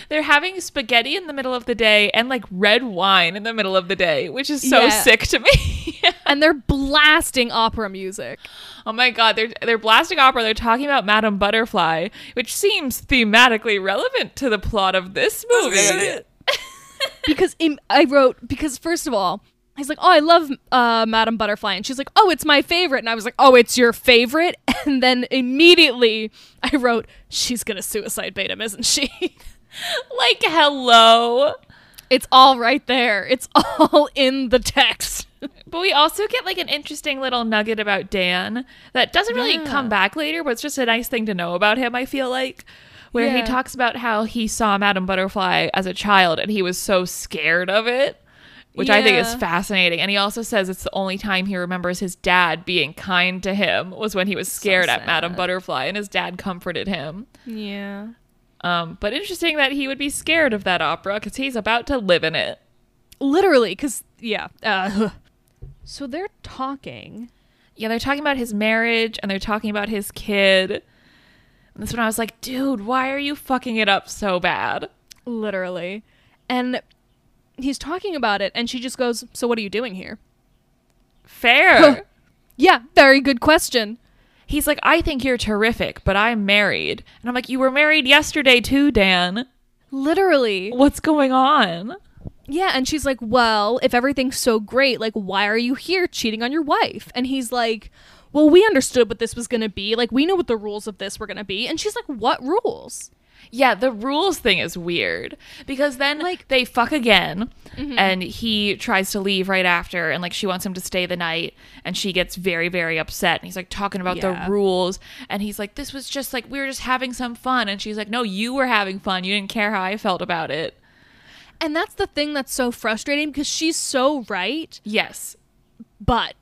B: They're having spaghetti in the middle of the day and like red wine in the middle of the day, which is so
A: Yeah.
B: sick to me. <laughs>
A: and they're blasting opera music.
B: Oh my god, they're they're blasting opera. They're talking about Madame Butterfly, which seems thematically relevant to the plot of this movie.
A: Because im- I wrote, because first of all, he's like, oh, I love uh, Madame Butterfly. And she's like, oh, it's my favorite. And I was like, oh, it's your favorite. <laughs> And then immediately I wrote, she's going to suicide bait him, isn't she? <laughs>
B: like hello.
A: it's all right there, it's <laughs> all in the text.
B: But we also get like an interesting little nugget about Dan that doesn't really
A: Yeah.
B: come back later, but it's just a nice thing to know about him, I feel like. Where he
A: Yeah.
B: talks about how he saw Madame Butterfly as a child and he was so scared of it, which I think is
A: Yeah.
B: fascinating. And he also says it's the only time he remembers his dad being kind to him was when he was scared at Madame
A: sad.
B: Butterfly and his dad comforted him.
A: Yeah.
B: Um, but interesting that he would be scared of that opera because he's about to live in it.
A: literally because yeah uh, <laughs> so they're talking
B: yeah, they're talking about his marriage and they're talking about his kid. And that's when I was like, dude, why are you fucking it up so bad?
A: literally and he's talking about it and she just goes so what are you doing here
B: Fair.
A: yeah very good question
B: He's like, I think you're terrific, but I'm married. And I'm like, you were married yesterday too, Dan.
A: literally
B: What's going on?
A: yeah and she's like well if everything's so great like why are you here cheating on your wife and he's like well we understood what this was going to be like we know what the rules of this were going to be and she's like what rules
B: Yeah, the rules thing is weird because then like Mm-hmm. they fuck again and he tries to leave right after and like she wants him to stay the night and she gets very very upset and he's like talking about
A: Yeah.
B: the rules and he's like this was just like we were just having some fun and she's like no you were having fun you didn't care how I felt about it.
A: and that's the thing that's so frustrating because she's so right
B: Yes.
A: but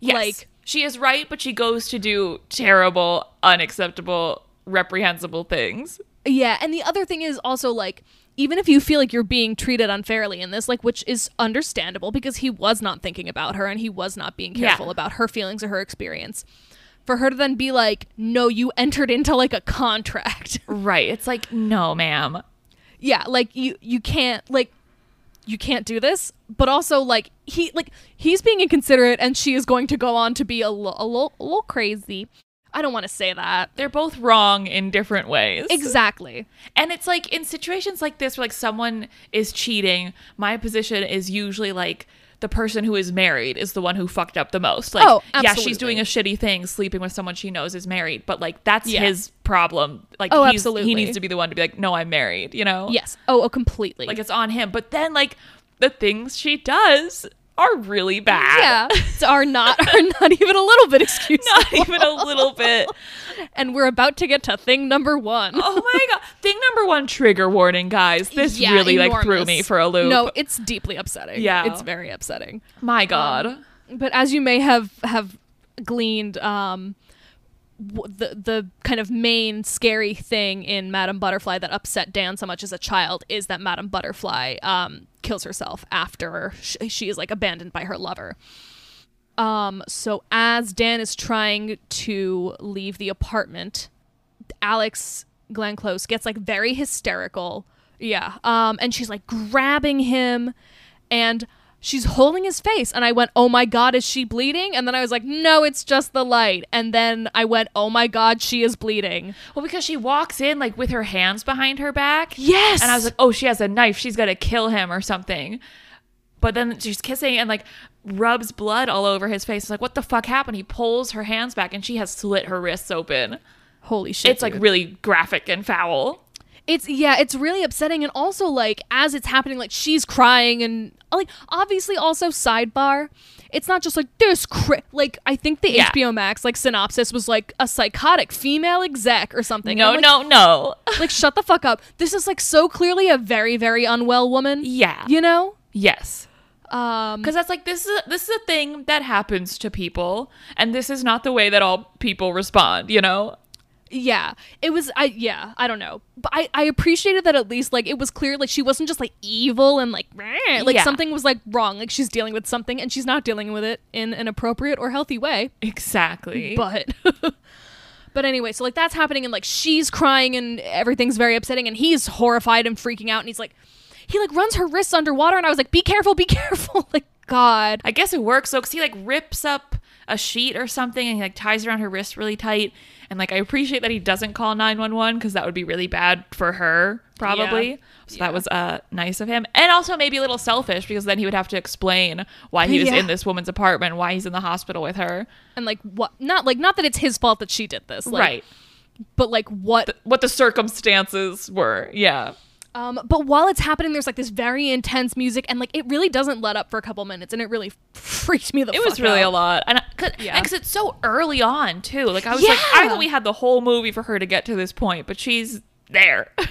B: Yes.
A: Like-
B: she is right but she goes to do terrible unacceptable reprehensible things.
A: Yeah, and the other thing is also like even if you feel like you're being treated unfairly in this, like which is understandable because he was not thinking about her and he was not being
B: Yeah.
A: careful about her feelings or her experience. For her to then be like, "No, you entered into like a contract." <laughs>
B: Right. It's like no ma'am.
A: yeah, like you you can't like you can't do this, but also like he like he's being inconsiderate and she is going to go on to be a lo- a lo- a little crazy. I don't want to say that.
B: They're both wrong in different ways.
A: Exactly.
B: And it's like in situations like this where like someone is cheating, my position is usually like the person who is married is the one who fucked up the most. Like
A: Oh,
B: yeah, she's doing a shitty thing, sleeping with someone she knows is married, but like that's
A: Yeah.
B: his problem. Like
A: Oh,
B: he's, he
A: absolutely.
B: needs to be the one to be like, No, I'm married, you know?
A: Yes. Oh, oh completely.
B: Like it's on him. But then like the things she does are really <laughs> bad.
A: yeah are not <laughs> are not even a little bit excusable
B: Not e- even a little bit.
A: <laughs> and we're about to get to thing number one.
B: Oh my god. Thing number one, trigger warning, guys. This
A: Yeah,
B: really like threw
A: enormous.
B: me for a loop.
A: no Um, it's deeply upsetting
B: Yeah.
A: it's very upsetting
B: my god.
A: but as you may have have gleaned um w- the the kind of main scary thing in Madame Butterfly that upset Dan so much as a child is that Madame Butterfly um, kills herself after sh- she is like abandoned by her lover. Um, so as Dan is trying to leave the apartment, Alex Glenn Close gets like very hysterical. Yeah. Um, and she's like grabbing him and she's holding his face. And I went, Oh my God, is she bleeding? And then I was like, No, it's just the light. And then I went, Oh my God, she is bleeding.
B: Well, because she walks in like with her hands behind her back.
A: Yes.
B: And I was like, oh, she has a knife. She's going to kill him or something. But then she's kissing and like rubs blood all over his face. It's like, what the fuck happened? He pulls her hands back and she has slit her wrists open.
A: Holy shit.
B: It's like
A: dude.
B: really graphic and foul.
A: It's yeah, it's really upsetting and also like as it's happening like she's crying and like obviously also sidebar. It's not just like this cri-. like I think the
B: Yeah.
A: HBO Max like synopsis was like a psychotic female exec or something.
B: No,
A: I'm like,
B: no, no.
A: <laughs> Like shut the fuck up. This is like so clearly a very very unwell woman.
B: Yeah.
A: You know?
B: Yes.
A: Um
B: Because that's like this is this is a thing that happens to people, and this is not the way that all people respond. You know?
A: yeah. It was I yeah, I don't know. But I I appreciated that at least like it was clear like she wasn't just like evil and like "Rah," like
B: Yeah.
A: something was like wrong. Like she's dealing with something and she's not dealing with it in an appropriate or healthy way.
B: Exactly.
A: But <laughs> But anyway, so like that's happening and like she's crying and everything's very upsetting and he's horrified and freaking out and he's like he like runs her wrists underwater and I was like be careful, be <laughs> careful. like god.
B: I guess it works though, because he like rips up a sheet or something and he like ties around her wrist really tight. And like I appreciate that he doesn't call nine one one because that would be really bad for her probably.
A: Yeah.
B: So
A: Yeah.
B: that was uh nice of him, and also maybe a little selfish because then he would have to explain why he was
A: Yeah.
B: in this woman's apartment, why he's in the hospital with her,
A: And like what not like not that it's his fault that she did this. Like,
B: right?
A: But like what
B: What the circumstances were, yeah.
A: Um, but while it's happening, there's like this very intense music, and like it really doesn't let up for a couple minutes, and it really freaked me the.
B: It was really a lot, and because
A: Yeah.
B: it's so early on too. Like I was like,
A: Yeah.
B: I thought we had the whole movie for her to get to this point, but she's there. <laughs>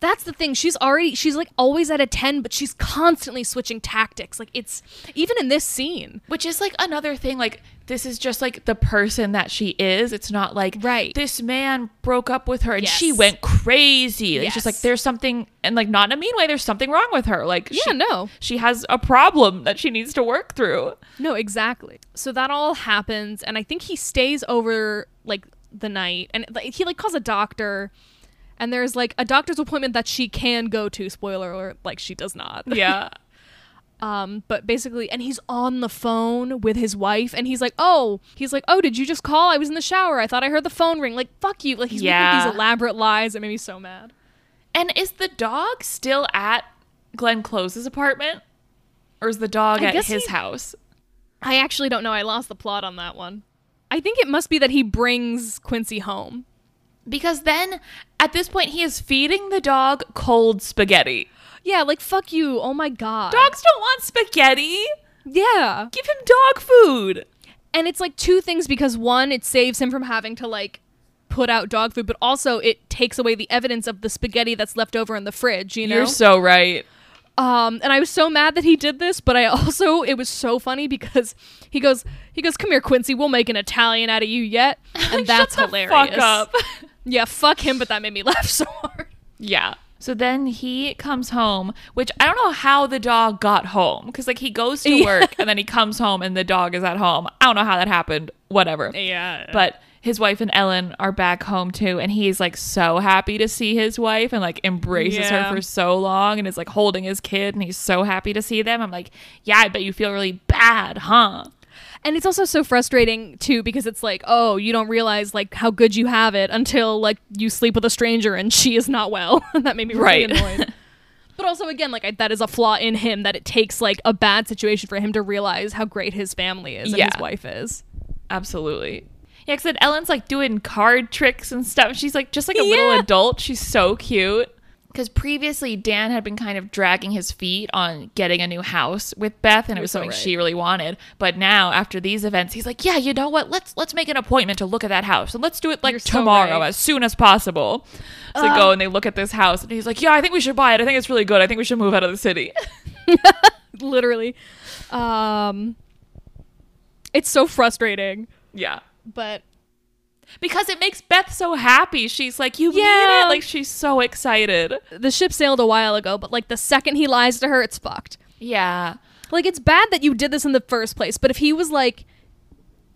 A: That's the thing. She's already she's like always at a ten, but she's constantly switching tactics. Like it's even in this scene.
B: Which is like another thing. Like this is just like the person that she is. It's not like
A: Right.
B: This man broke up with her and she
A: Yes.
B: went crazy. Like, It's just
A: Yes.
B: like there's something, and like not in a mean way. There's something wrong with her. Like
A: Yeah,
B: she,
A: no.
B: she has a problem that she needs to work through.
A: No, exactly. So that all happens, and I think he stays over like the night, and like, he like calls a doctor, and there's like a doctor's appointment that she can go to. Spoiler alert: like she does not.
B: <laughs> Yeah,
A: Um, but basically, and he's on the phone with his wife, and he's like, "Oh, he's like, oh, did you just call? I was in the shower. I thought I heard the phone ring. Like, fuck you. Like, he's making
B: Yeah.
A: these elaborate lies. It made me so mad.
B: and is the dog still at Glenn Close's apartment, or is the dog
A: I
B: at
A: guess
B: his
A: he-
B: house?
A: I actually don't know. I lost the plot on that one. I think it must be that he brings Quincy home.
B: Because then at this point he is feeding the dog cold spaghetti.
A: Yeah, like fuck you. Oh my god.
B: Dogs don't want spaghetti.
A: Yeah.
B: Give him dog food.
A: And it's like two things because one, it saves him from having to like put out dog food, but also it takes away the evidence of the spaghetti that's left over in the fridge. You know.
B: You're so right.
A: Um, and I was so mad that he did this, but I <laughs> also it was so funny because he goes he goes, "Come here, Quincy, we'll make an Italian out of you yet," <laughs> and that's
B: Shut the
A: hilarious.
B: Fuck up. <laughs>
A: Yeah, fuck him, but that made me <laughs> laugh so hard.
B: yeah. So then he comes home, which I don't know how the dog got home because like he goes to
A: Yeah.
B: work and then he comes home and the dog is at home. I don't know how that happened. Whatever.
A: Yeah,
B: But his wife and Ellen are back home too, and he's like so happy to see his wife and like embraces
A: Yeah.
B: her for so long and is like holding his kid and he's so happy to see them. I'm like, yeah, I bet you feel really bad, huh?
A: and it's also so frustrating too because it's like, oh, you don't realize like how good you have it until like you sleep with a stranger and she is not well. <laughs> that made me really
B: Right.
A: annoyed. <laughs> But also, again, like I, that is a flaw in him that it takes like a bad situation for him to realize how great his family is and
B: Yeah.
A: his wife is.
B: Absolutely. Yeah, because Ellen's like doing card tricks and stuff. She's like just like a
A: Yeah.
B: little adult. She's so cute. Because previously Dan had been kind of dragging his feet on getting a new house with Beth, and it was
A: so
B: something
A: right.
B: she really wanted. But now after these events, he's like, "Yeah, you know what? Let's let's make an appointment to look at that house, and let's do it like
A: You're so
B: tomorrow,
A: right.
B: as soon as possible." So they go and they look at this house, and he's like, "Yeah, I think we should buy it. I think it's really good. I think we should move out of the city."
A: literally um it's so frustrating
B: <laughs> yeah.
A: but
B: Because it makes Beth so happy. She's like, you
A: Yeah.
B: mean it? Like, she's so excited.
A: the ship sailed a while ago but like the second he lies to her it's fucked
B: Yeah.
A: like it's bad that you did this in the first place but if he was like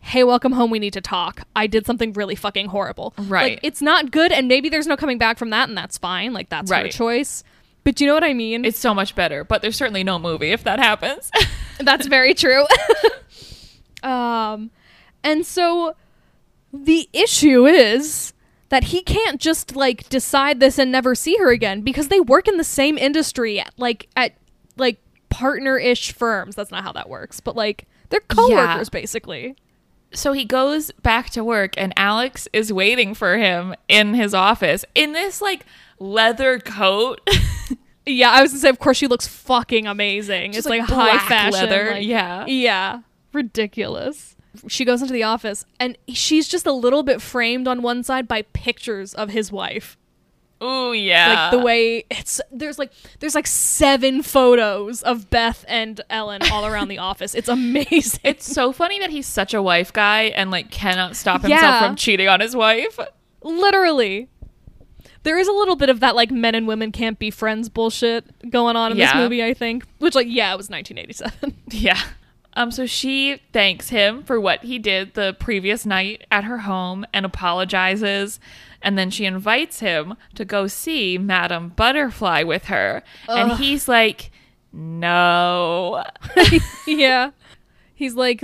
A: hey welcome home we need to talk i did something really fucking horrible
B: Right.
A: like, it's not good and maybe there's no coming back from that and that's fine like that's her
B: Right.
A: choice but do you know what i mean
B: It's so much better, but there's certainly no movie if that happens. <laughs>
A: That's very true. <laughs> um, and so the issue is that he can't just like decide this and never see her again because they work in the same industry, at, like at like partner-ish firms. That's not how that works, but like they're coworkers basically.
B: so he goes back to work and Alex is waiting for him in his office in this like leather coat. <laughs>
A: Yeah, I was gonna say, of course, she looks fucking amazing.
B: Just,
A: it's like,
B: like,
A: high
B: black
A: fashion.
B: leather,
A: like-
B: yeah.
A: yeah, ridiculous. She goes into the office, and she's just a little bit framed on one side by pictures of his wife.
B: Ooh yeah.
A: like the way it's there's like there's like seven photos of Beth and Ellen all around <laughs> the office. It's amazing.
B: It's so funny that he's such a wife guy and like cannot stop himself
A: Yeah.
B: from cheating on his wife.
A: Literally. There is a little bit of that like men and women can't be friends bullshit going on in this
B: Yeah.
A: movie, I think. Which like yeah, it was 1987. <laughs>
B: Yeah. Um so she thanks him for what he did the previous night at her home and apologizes and then she invites him to go see Madame Butterfly with her and he's like <laughs> no.
A: <laughs> yeah. He's like,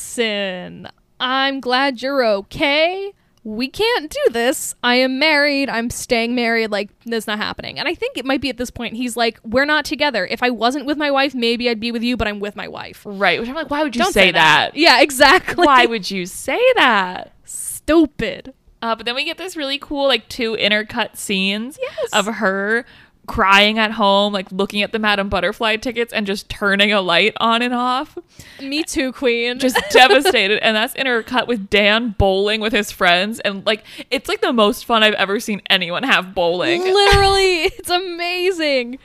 A: "Listen, I'm glad you're okay. We can't do this. I am married. I'm staying married. Like, that's not happening." And I think it might be at this point he's like, "We're not together. If I wasn't with my wife, maybe I'd be with you, but I'm with my wife."
B: Right, which I'm like why would you say, that? <laughs>
A: Yeah, exactly.
B: Why would you say that?
A: <laughs> stupid?
B: Uh, but then we get this really cool, like, two intercut scenes
A: Yes.
B: of her crying at home, like, looking at the Madame Butterfly tickets and just turning a light on and off.
A: Me too, queen. <laughs>
B: Just devastated. And that's intercut with Dan bowling with his friends. And, like, it's like the most fun I've ever seen anyone have bowling.
A: Literally, <laughs> it's amazing.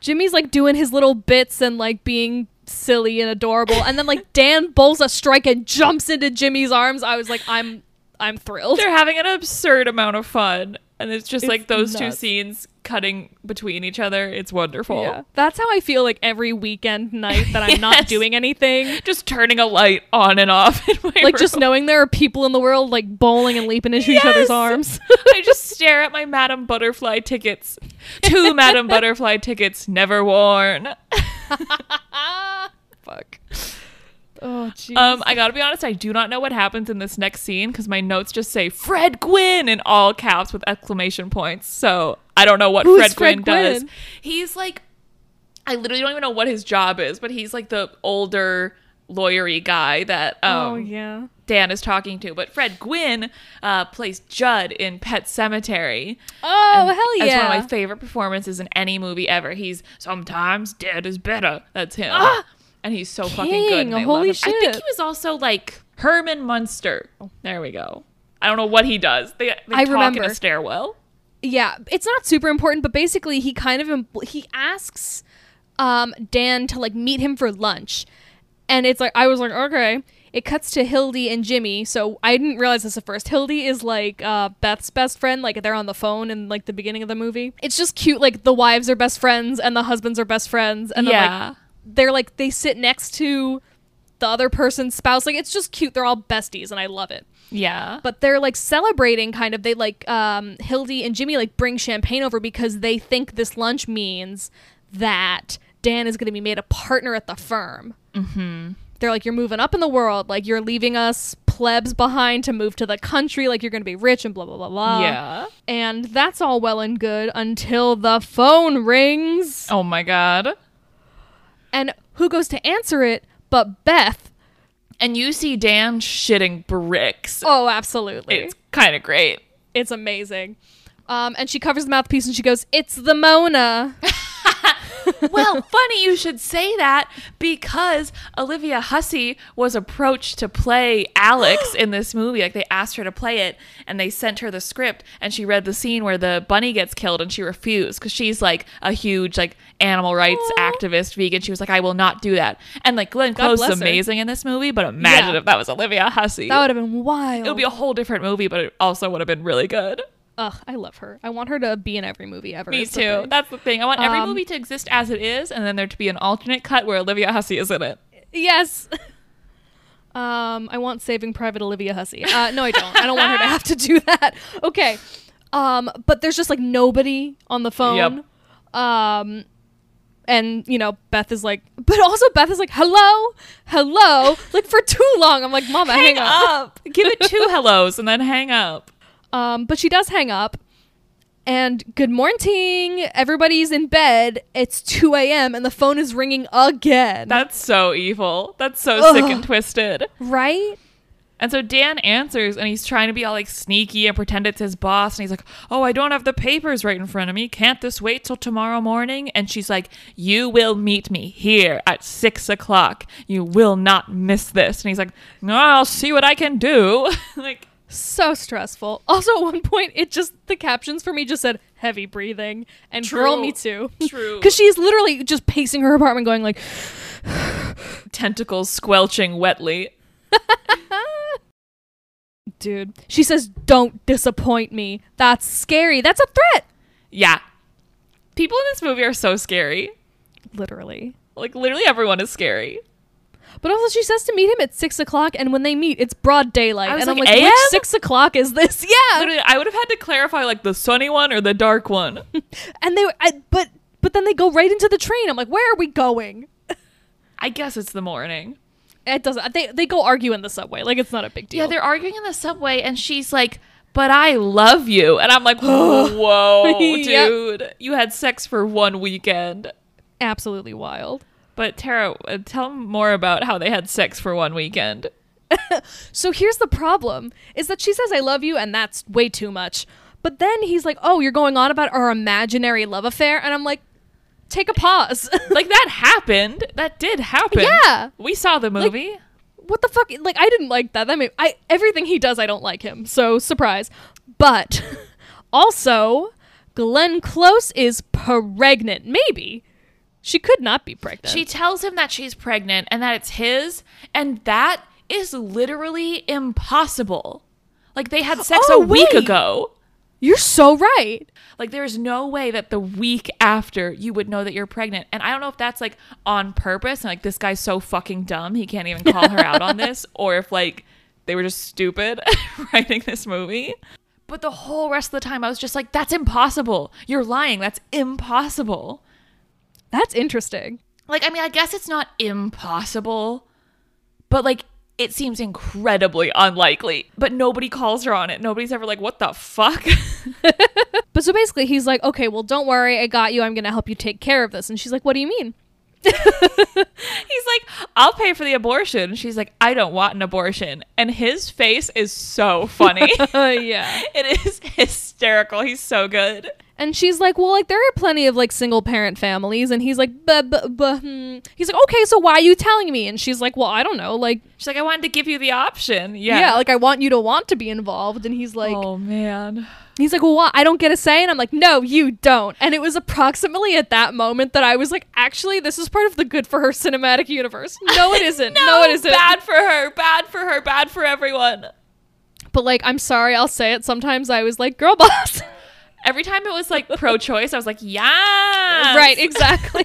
A: Jimmy's like doing his little bits and like being silly and adorable, and then
B: <laughs>
A: like Dan bowls a strike and jumps into Jimmy's arms. I was like, I'm, I'm thrilled.
B: They're having an absurd amount of fun. And it's just like
A: It's
B: those two
A: nuts.
B: scenes cutting between each other. It's wonderful.
A: Yeah. That's how I feel like every weekend night that I'm not
B: <laughs> Yes.
A: doing
B: <laughs>
A: anything.
B: Just turning a light on and off. In my
A: Like just
B: room.
A: knowing there are people in the world like bowling and leaping into each
B: Yes.
A: other's
B: <laughs>
A: arms.
B: <laughs> I just stare at my Madame Butterfly tickets.
A: <laughs>
B: Two Madame Butterfly tickets never worn.
A: Fuck. Oh jeez.
B: Um, I gotta be honest, I do not know what happens in this next scene because my notes just say Fred Gwynn in all caps with exclamation points. So I don't know what
A: Who's
B: Fred,
A: Fred
B: Gwynn, does.
A: Gwynn?
B: He's like, I literally don't even know what his job is, but he's like the older lawyery guy that um,
A: oh yeah.
B: Dan is talking to. But Fred Gwynn uh, plays Judd in Pet Cemetery.
A: Oh hell
B: That's
A: yeah.
B: one of my favorite performances in any movie ever. He's sometimes dead is better. That's him. and he's so fucking good.
A: Ah! King,
B: and I love
A: holy
B: him. I think
A: shit.
B: he was also like Herman Munster. There we go. I don't know what he does. They, they
A: I
B: talk in
A: remember.
B: a stairwell.
A: yeah it's not super important but basically he kind of impl- he asks um dan to like meet him for lunch and it's like i was like okay it cuts to hildy and jimmy so i didn't realize this at first hildy is like uh, beth's best friend like they're on the phone in like the beginning of the movie it's just cute like the wives are best friends and the husbands are best friends and then, like
B: yeah.
A: they're like they sit next to the other person's spouse like it's just cute they're all besties and i love it
B: yeah.
A: but they're like celebrating kind of they like um hildy and jimmy like bring champagne over because they think this lunch means that dan is going to be made a partner at the firm mm-hmm. they're like you're moving up in the world like you're leaving us plebs behind to move to the country like you're going to be rich and blah blah blah blah
B: yeah.
A: and that's all well and good until the phone rings
B: Oh my God.
A: and who goes to answer it but beth
B: And you see Dan shitting bricks.
A: oh absolutely
B: It's kind of great.
A: It's amazing. Um, and she covers the mouthpiece and she goes, "It's the Mona."
B: well, funny you should say that because Olivia Hussey was approached to play <gasps> Alex in this movie. Like they asked her to play it and they sent her the script and she read the scene where the bunny gets killed and she refused because she's like a huge like animal rights
A: Aw.
B: activist vegan. She was like, I will not do that. And like Glenn Close is
A: bless her.
B: amazing in this movie, but imagine
A: Yeah.
B: if that was Olivia Hussey.
A: That would have
B: <laughs>
A: been wild.
B: it would be a whole different movie, but it also would have been really good.
A: Ugh, I love her. I want her to be in every movie ever.
B: Me
A: is the
B: too.
A: thing.
B: That's the thing. I want every
A: Um,
B: movie to exist as it is, and then there to be an alternate cut where Olivia Hussey is in it.
A: yes. <laughs> um, I want Saving Private Olivia Hussey. Uh, no, I don't. I don't want her to have to do that. Okay. Um, but there's just like nobody on the phone. Um, and you know Beth is like, but also Beth is like, "Hello, hello," like for too long. I'm like, "Mama, hang,
B: hang
A: <laughs>
B: up. Give it <laughs> two hellos and then hang up.
A: Um, but she does hang up. And good morning. Everybody's in bed. It's 2 a.m. and the phone is ringing again.
B: That's so evil. That's so sick and
A: Ugh.
B: twisted.
A: right?
B: And so Dan answers and he's trying to be all like sneaky and pretend it's his boss. And he's like, Oh, I don't have the papers right in front of me. Can't this wait till tomorrow morning? And she's like, You will meet me here at six o'clock. You will not miss this. And he's like, No, I'll see what I can do. <laughs> like,
A: So stressful. Also, at one point, it just the captions for me just said heavy breathing and
B: True.
A: girl, me too. <laughs>
B: <laughs> True.
A: Because she's literally just pacing her apartment, going like,
B: tentacles squelching wetly.
A: "Dude," she says, "Don't disappoint me." That's scary. That's a threat.
B: Yeah. People in this movie are so scary.
A: Literally.
B: Like, literally everyone is scary.
A: But also, she says to meet him at six o'clock, and when they meet, it's broad daylight.
B: I was
A: And I'm
B: like,
A: like, which
B: "AM?"
A: six o'clock is this? <laughs> Yeah.
B: Literally, I would have had to clarify like the sunny one or the dark <laughs> one.
A: And they, were, I, but but then they go right into the train. I'm like, where are we going?
B: I guess it's the morning.
A: It doesn't. They they go argue in the subway. Like it's not a big deal.
B: Yeah, they're arguing in the subway, and she's like, "But I love you," and I'm like, <gasps> <laughs>
A: Yep.
B: "Whoa, dude, you had sex for one weekend."
A: absolutely wild.
B: But Tara, uh, tell 'em more about how they had sex for one weekend.
A: So here's the problem is that she says I love you and that's way too much. But then he's like, "Oh, you're going on about our imaginary love affair." And I'm like, "Take a pause." <laughs> like
B: Like that happened. That did happen.
A: Yeah.
B: we saw the movie.
A: what the fuck? Like I didn't like that. That made I everything he does I don't like him. So surprise. But <laughs> also Glenn Close is pregnant. Maybe she could not be pregnant.
B: she tells him that she's pregnant and that it's his, and that is literally impossible. Like they had sex
A: Oh,
B: a week
A: wait.
B: ago.
A: You're so right.
B: Like there's no way that the week after you would know that you're pregnant. And I don't know if that's like on purpose and like this guy's so fucking dumb he can't even call
A: <laughs>
B: her out on this or if like they were just stupid <laughs> writing this movie. But the whole rest of the time I was just like that's impossible. You're lying. That's impossible.
A: That's interesting.
B: Like I mean I guess it's not impossible, but like it seems incredibly unlikely. But nobody calls her on it. Nobody's ever like what the fuck? <laughs>
A: But so basically, he's like, okay, well, don't worry. I got you. I'm going to help you take care of this. And she's like, what do you mean?
B: He's like, I'll pay for the abortion. She's like, I don't want an abortion. And his face is so funny.
A: <laughs> yeah.
B: <laughs> it is hysterical. He's so good.
A: And she's like, well, like, there are plenty of, like, single parent families. And he's like, buh, buh, buh, hmm. he's like, okay, so why are you telling me? And she's like, well, I don't know. Like,
B: She's like, I wanted to give you the option. Yeah.
A: yeah, like, I want you to want to be involved. And he's like,
B: oh, man.
A: he's like, well, why? I don't get a say. And I'm like, no, you don't. And it was approximately at that moment that I was like, actually, this is part of the good for her cinematic universe. No, it
B: <laughs>
A: isn't. no, it isn't.
B: Bad for her. Bad for her. Bad for everyone.
A: But, like, I'm sorry. I'll say it. Sometimes I was like, girl boss.
B: Every time it was like pro choice, I was like, yeah.
A: <laughs> Right, exactly.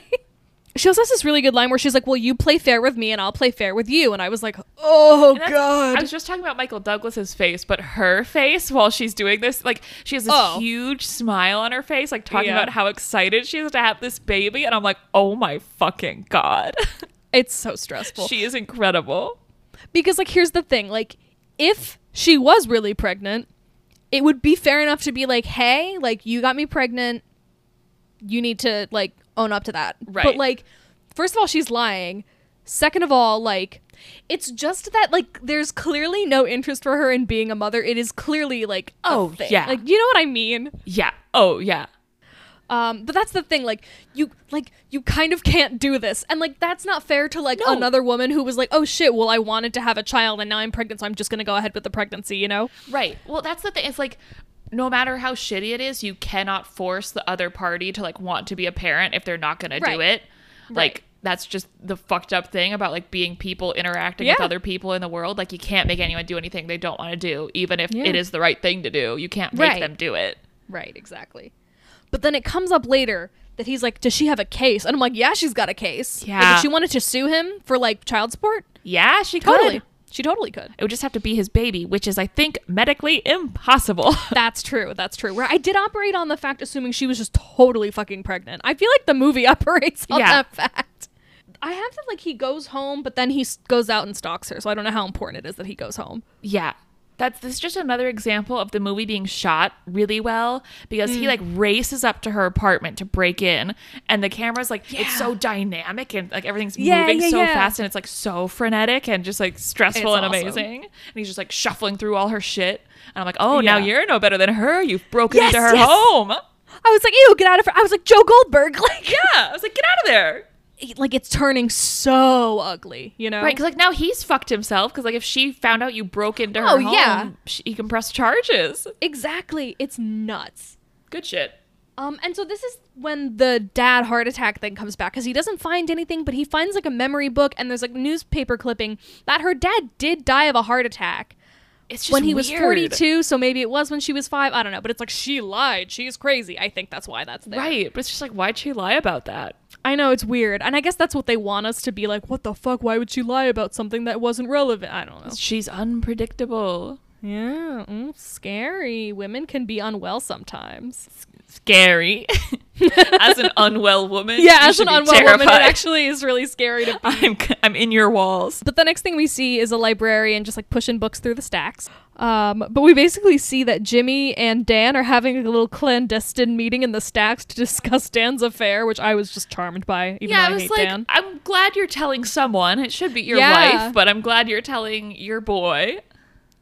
A: she also has this really good line where she's like, Well, you play fair with me and I'll play fair with you. And I was like, Oh, God.
B: I was just talking about Michael Douglas's face, but her face while she's doing this, like she has this
A: Oh.
B: huge smile on her face, like talking
A: Yeah.
B: about how excited she is to have this baby, and I'm like, oh my fucking god, <laughs>
A: it's so stressful.
B: she is incredible.
A: because, like, here's the thing like, if she was really pregnant, it would be fair enough to be like, Hey, like, you got me pregnant. You need to, like, own up to that.
B: Right.
A: But, like, first of all, she's lying. Second of all, like, it's just that, like, there's clearly no interest for her in being a mother. It is clearly, like, a
B: Oh,
A: thing.
B: yeah.
A: Like, you know what I mean?
B: Yeah. Oh yeah.
A: Um, but that's the thing, like you, like you kind of can't do this, and like that's not fair to like
B: No.
A: another woman who was like, oh shit, well I wanted to have a child and now I'm pregnant, so I'm just gonna go ahead with the pregnancy, you know?
B: Right. Well, that's the thing. It's like no matter how shitty it is, you cannot force the other party to like want to be a parent if they're not going to do
A: Right.
B: it. Like that's just the fucked up thing about like being people interacting with
A: Yeah.
B: other people in the world. Like you can't make anyone do anything they don't want to do, even if
A: Yeah.
B: it is the right thing to do. You can't make
A: Right.
B: them do it.
A: Right, exactly. But then it comes up later that he's like, does she have a case? And I'm like, yeah, she's got a case. like,
B: Yeah.
A: if she wanted to sue him for like child support,
B: Yeah, she could.
A: totally, she totally could.
B: It would just have to be his baby, which is I think medically impossible. <laughs>
A: That's true. That's true. Where I did operate on the fact, assuming she was just totally fucking pregnant. I feel like the movie <laughs> operates on
B: Yeah.
A: that fact. I have that like he goes home, but then he s- goes out and stalks her. So I don't know how important it is that he goes home.
B: yeah. That's this is just another example of the movie being shot really well because he like races up to her apartment to break in and the camera's like it's so dynamic and like everything's
A: Yeah,
B: moving
A: yeah,
B: so
A: yeah.
B: fast and it's like so frenetic and just like stressful
A: It's
B: and
A: awesome.
B: amazing. And he's just like shuffling through all her shit. And I'm like, "Oh, now
A: Yeah.
B: you're no better than her. You've broken
A: Yes,
B: into her
A: yes.
B: home."
A: I was like, ew, get out of her. I was like, Joe Goldberg, <laughs> like,
B: Yeah. I was like, "Get out of there."
A: like it's turning so ugly, you know?
B: Right, because like now he's fucked himself. Because like if she found out you broke into her
A: Oh,
B: home,
A: yeah.
B: sh- he can press charges.
A: exactly. It's nuts.
B: Good shit.
A: Um, and so this is when the dad heart attack thing comes back because he doesn't find anything, but he finds like a memory book and there's like newspaper clipping that her dad did die of a heart attack
B: It's just
A: when he was
B: weird.
A: 42. So maybe it was when she was five. I don't know, but it's like she lied. She's crazy. I think that's why that's there.
B: Right, but it's just like why'd she lie about that?
A: I know it's weird, and I guess that's what they want us to be like. What the fuck? Why would she lie about something that wasn't relevant? I don't know.
B: She's unpredictable.
A: Yeah, mm, scary. Women can be unwell sometimes.
B: Scary. <laughs> as an unwell woman.
A: Yeah,
B: you
A: as
B: should
A: an
B: be
A: unwell woman, it
B: terrified.
A: actually is really scary to
B: <laughs> I'm I'm in your walls.
A: But the next thing we see is a librarian just like pushing books through the stacks. Um, but we basically see that Jimmy and Dan are having a little clandestine meeting in the stacks to discuss Dan's affair, which I was just charmed by. Even
B: Yeah,
A: though
B: I
A: I,
B: was
A: hate
B: like,
A: Dan.
B: I'm glad you're telling someone. It should be your
A: Yeah.
B: wife, but I'm glad you're telling your boy.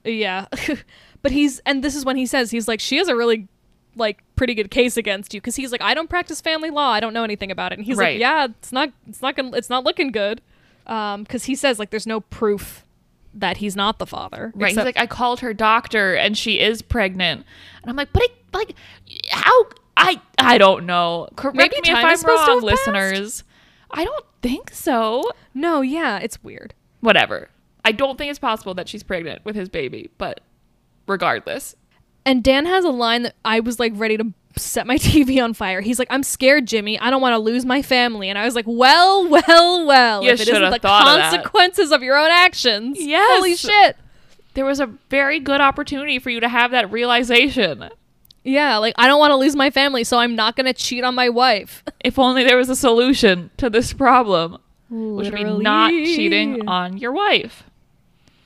A: Yeah, <laughs> but he's and this is when he says he's like she has a really like pretty good case against you because he's like I don't practice family law. I don't know anything about it. And he's
B: Right.
A: like, yeah, it's not it's not gonna it's not looking good. Um, because he says like there's no proof that he's not the father.
B: Right.
A: except-
B: He's like, I called her doctor and she is pregnant. And I'm like, but it, like, how? I I don't know. Correct
A: Maybe
B: me if
A: time
B: I'm
A: is supposed to
B: wrong,
A: have passed?
B: listeners. I don't think so.
A: no, yeah, it's weird.
B: Whatever. I don't think it's possible that she's pregnant with his baby, but regardless.
A: And Dan has a line that I was like ready to set my <laughs> TV on fire. He's like, I'm scared, Jimmy. I don't want to lose my family. And I was like, well, <laughs> well, well.
B: You
A: if it
B: should
A: isn't
B: have
A: the
B: thought of that.
A: consequences of your own actions.
B: Yes.
A: Holy shit.
B: There was a very good opportunity for you to have that realization.
A: Yeah, like I don't want to lose my family, so I'm not going to cheat on my wife.
B: If only there was a solution to this problem, which would be not cheating on your wife.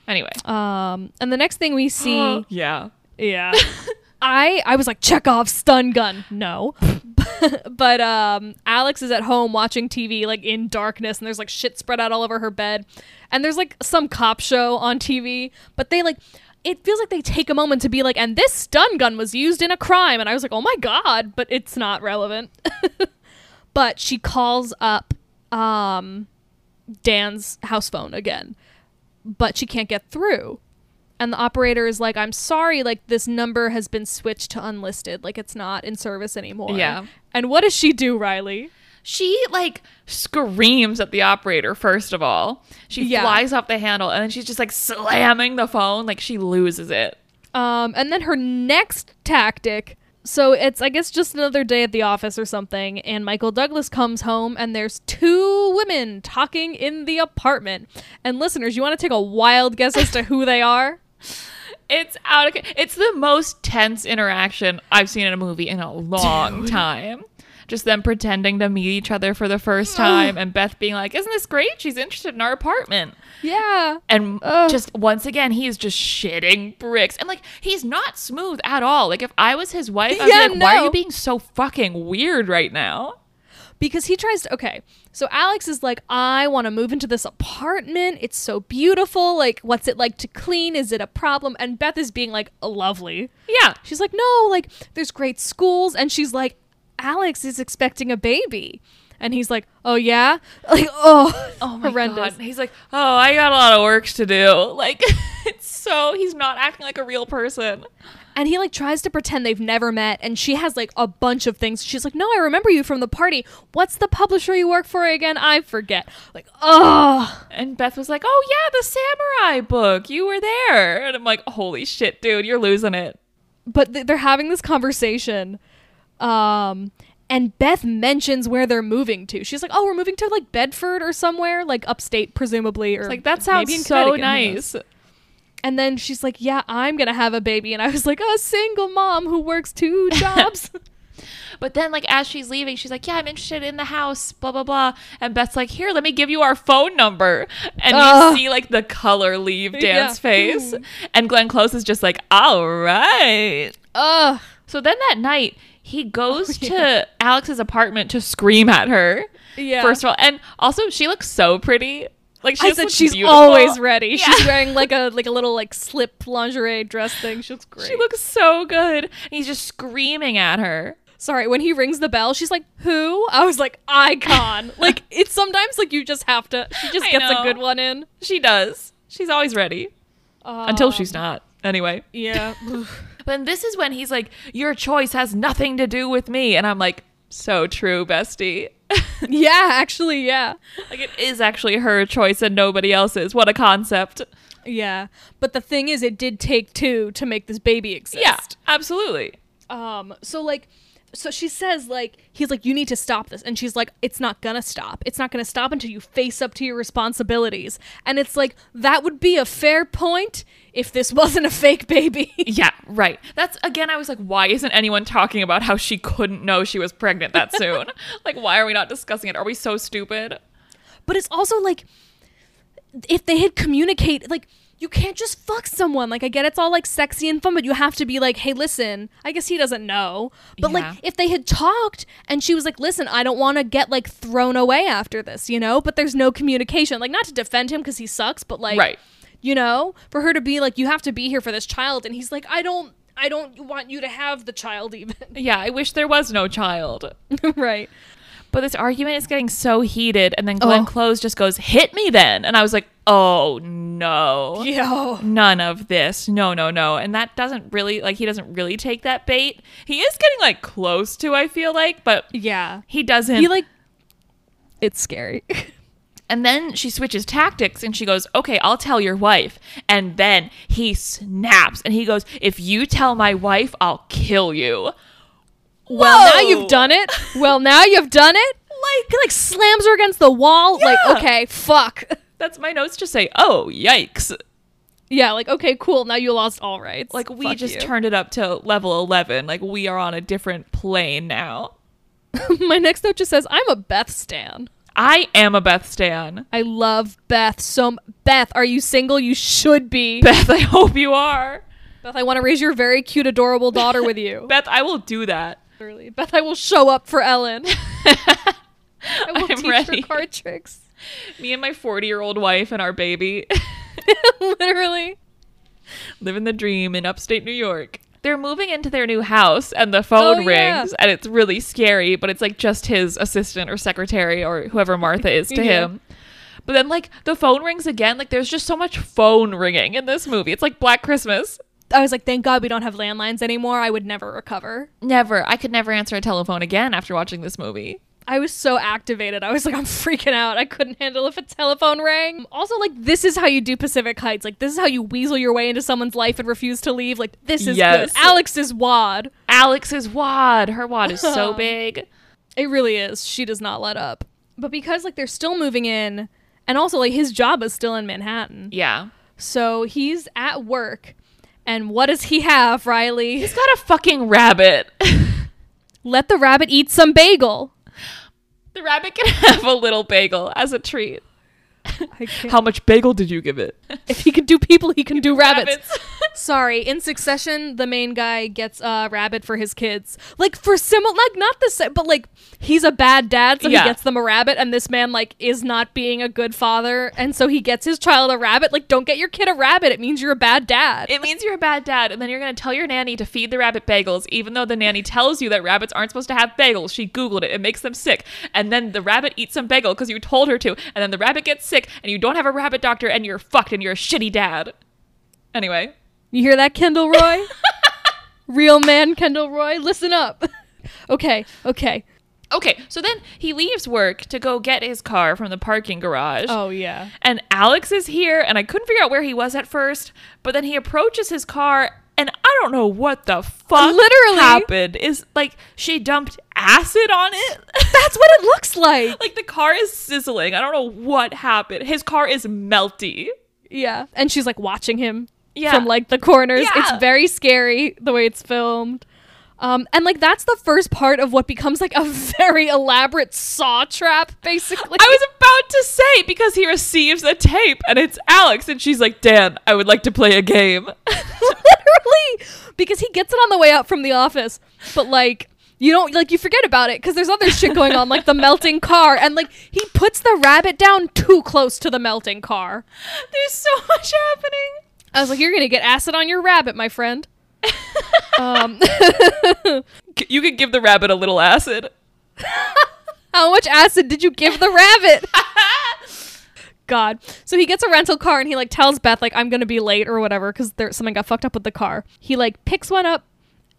B: Anyway. Uh,
A: Um, and the next thing we
B: <gasps>
A: see, <gasps>
B: yeah.
A: yeah, <laughs> I I was like Chekhov's stun gun. No, <laughs> but um, Alex is at home watching TV like in darkness, and there's like shit spread out all over her bed, and there's like some cop show on TV, but they like. It feels like they take a moment to be like, and this stun gun was used in a crime. And I was like, oh my God, but it's not relevant. <laughs> but she calls up um, Dan's house phone again, but she can't get through. And the operator is like, I'm sorry, like this number has been switched to unlisted. Like it's not in service anymore.
B: Yeah.
A: And what does she do, Riley?
B: She like screams at the operator first of all. She
A: Yeah.
B: flies off the handle and then she's just like slamming the phone like she loses it.
A: Um, and then her next tactic. So it's, I guess, just another day at the office or something. And Michael Douglas comes home, and there's two women talking in the apartment. And listeners, you want to take a wild guess as to who they are?
B: It's out of ca- it's the most tense interaction I've seen in a movie in a long time. Just them pretending to meet each other for the <sighs> first time and Beth being like, "Isn't this great? She's interested in our apartment."
A: Yeah.
B: And
A: Ugh.
B: just once again, he is just shitting bricks. And like, he's not smooth at all. Like, if I was his wife, I'd
A: Yeah,
B: be like, why are
A: no.
B: you being so fucking weird right now?
A: because he tries to okay so alex is like i want to move into this apartment it's so beautiful like what's it like to clean is it a problem and beth is being like lovely
B: Yeah.
A: she's like no like there's great schools and she's like alex is expecting a baby and he's like oh yeah <laughs> like oh <laughs>
B: Oh my god. He's like, oh, I got a lot of work to do. <laughs> Like, it's so he's not acting like a real person.
A: and he like tries to pretend they've never met and she has like a bunch of things she's like no i remember you from the party what's the publisher you work for again i forget like oh
B: And Beth was like, oh yeah, the samurai book. You were there. And I'm like, holy shit, dude, you're losing it.
A: but th- they're having this conversation um and Beth mentions where they're moving to. She's like, "Oh, we're moving to like Bedford or somewhere, like upstate, presumably." Or
B: Like, that sounds
A: maybe in
B: so
A: Connecticut, who knows.
B: nice. <laughs>
A: And then
B: <laughs>
A: she's like, "Yeah, I'm gonna have a baby," and I was like, "A single mom who works two jobs."
B: But then, like, as she's leaving, she's like, Yeah, I'm interested in the house, blah, blah, blah. And Beth's like, Here, let me give you our phone number. And
A: Ugh.
B: you see, like, the color leave Dan's
A: Yeah.
B: face. And Glenn Close is just like, All right. Oh,
A: Ugh.
B: So then that night, he <laughs> goes to Alex's apartment to scream at her.
A: Yeah.
B: First of all, and also she looks so pretty. Like she
A: I
B: just
A: said
B: looks
A: she's
B: beautiful.
A: always ready.
B: Yeah.
A: She's wearing like a like a little like slip lingerie dress thing. She looks great.
B: <laughs> She looks so good. And he's just screaming at her.
A: Sorry, when he rings the bell, she's like, "Who?" I was like, <laughs> "Icon." like it's sometimes like you just have to. She just
B: I
A: gets
B: know.
A: a good one in
B: She does. She's always ready until
A: Um,
B: she's not. Anyway,
A: <laughs> Yeah.
B: <laughs> then this is when he's like, "Your choice has nothing to do with me," and I'm like, "So true, bestie." <laughs>
A: yeah, actually, yeah.
B: like it is actually her choice and nobody else's. What a concept.
A: Yeah. But the thing is it did take two to make this baby exist.
B: Yeah, absolutely.
A: Um so like so she says like he's like you need to stop this and she's like it's not going to stop. It's not going to stop until you face up to your responsibilities. And it's like that would be a fair point if this <laughs> wasn't a fake baby.
B: Yeah, right. That's again, I was like, why isn't anyone talking about how she couldn't know she was pregnant <laughs> that soon? like, why are we not discussing it? Are we so stupid?
A: but it's also like if they had communicate like you can't just fuck someone like i get it's all like sexy and fun but you have to be like hey listen i guess he doesn't know but
B: Yeah.
A: like if they had talked and she was like listen i don't want to get like thrown away after this you know but there's no communication like not to defend him because he sucks but like
B: Right.
A: you know for her to be like you have to be here for this child and he's like i don't i don't want you to have the child even
B: Yeah, I wish there was no child.
A: <laughs> right
B: But this argument is getting so heated, and then Glenn
A: Oh.
B: Close just goes, "Hit me then," and I was like, "Oh no."
A: yeah
B: None of this. No, no, no. And that doesn't really, like, he doesn't really take that bait. He is getting, like, close to, I feel like, but
A: yeah
B: he doesn't.
A: he like it's scary <laughs>
B: And then she switches tactics and she goes, Okay, I'll tell your wife. And then he snaps and he goes, If you tell my wife, I'll kill you.
A: Well, now
B: Whoa!
A: you've done it. Well, now you've done it. <laughs> Like, he, like slams her against the wall.
B: Yeah.
A: Like, okay, fuck.
B: That's my notes just say, Oh, yikes.
A: <laughs> Yeah, like okay, cool. Now you lost all rights.
B: Like, we
A: Fuck
B: just
A: you.
B: turned it up to level 11. Like, we are on a different plane now.
A: <laughs> My next note just says, "I'm a Beth stan.
B: I am a Beth Stan. <laughs>
A: I love Beth so. M- Beth, are you single? You should be.
B: Beth, I hope you are.
A: Beth, I want to raise your very cute, adorable daughter with <laughs> you.
B: Beth, I will do <laughs> that.
A: Literally. Beth, I will show up for <laughs> Ellen. I will
B: I'm
A: teach
B: ready.
A: her <laughs> card tricks.
B: Me and my 40 year old wife and our baby. <laughs>
A: Literally.
B: living the dream in upstate New York. They're moving into their new house and the phone
A: Oh,
B: rings
A: yeah.
B: and it's really scary, but it's like just his assistant or secretary or whoever Martha is <laughs> to
A: Yeah.
B: him. But then like the phone rings again, like there's just so much phone ringing in this movie. It's like Black Christmas.
A: I was like, thank God we don't have landlines anymore. I would never recover.
B: Never. I could never answer a telephone again after watching this movie.
A: I was so activated. I was like, I'm freaking out. I couldn't handle if a telephone rang. Also, like, this is how you do Pacific Heights. Like, this is how you weasel your way into someone's life and refuse to leave. Like, this is
B: Yes.
A: good. Alex's wad.
B: Alex's wad. Her wad is <laughs> so big.
A: It really is. She does not let up. But because, like, they're still moving in, and also, like, his job is still in Manhattan.
B: Yeah.
A: So he's at work. And what does he have, Riley?
B: He's got a fucking rabbit. <laughs>
A: Let the rabbit eat some bagel.
B: the rabbit can <laughs> have a little bagel as a treat.
A: I can't-
B: <laughs> How much bagel did you give <laughs> it?
A: If he can do people, he can do rabbits.
B: Rabbits. <laughs>
A: Sorry, in succession, the main guy gets a rabbit for his kids. Like for similar, like not the same, but like he's a bad dad, so
B: Yeah.
A: he gets them a rabbit, and this man like is not being a good father, and so he gets his child a rabbit. Like, don't get your kid a rabbit; it means you're a bad dad.
B: It means you're a bad dad, and then you're going to tell your nanny to feed the rabbit bagels, even though the nanny tells you that rabbits aren't supposed to have bagels. She Googled it, it makes them sick. And then the rabbit eats some bagel because you told her to, and then the rabbit gets sick, and you don't have a rabbit doctor, and you're fucked, and you're a shitty dad. Anyway,
A: you hear that, Kendall
B: <laughs>
A: Roy? Real man, Kendall Roy, listen up. <laughs> okay, okay.
B: okay, so then he leaves work to go get his car from the parking garage.
A: yeah.
B: And Alex is here, and I couldn't figure out where he was at first, but then he approaches his car, and I don't know what the fuck
A: Literally.
B: happened. Is like she dumped acid on it. <laughs>
A: That's what it looks like.
B: like the car is sizzling. I don't know what happened. His car is melty.
A: Yeah. And she's like watching him
B: Yeah.
A: from like the corners.
B: Yeah.
A: It's very scary the way it's filmed. Um, and like that's the first part of what becomes like a <laughs> very elaborate saw trap, basically. <laughs>
B: I was <laughs> about to say because he receives a tape and it's Alex and she's like, "Dan, I would like to play a game." <laughs>
A: literally because he gets it on the way out from the office, but like you don't like you forget about it because there's other shit going on,
B: <laughs>
A: like the melting car, and like he puts the rabbit down too close to the melting car.
B: There's so <laughs> much happening.
A: I was like, you're gonna get acid on your rabbit, my friend. um, <laughs>
B: C- You could give the rabbit a little acid.
A: <laughs> How much acid did you give the
B: <laughs>
A: rabbit? God. So he gets a rental car and he like tells Beth like I'm gonna be late or whatever because there someone got fucked up with the car. He like picks one up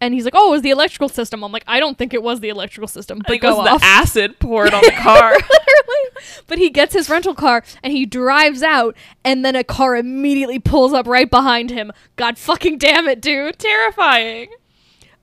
A: and he's like, oh, it was the electrical system. I'm like, I don't think it was the electrical system,
B: I
A: but
B: think it
A: go
B: was the
A: off.
B: acid
A: <laughs>
B: poured on the car.
A: Literally. But he gets his rental car and he drives out, and then a car immediately pulls up right behind him. God fucking damn it, dude!
B: Terrifying.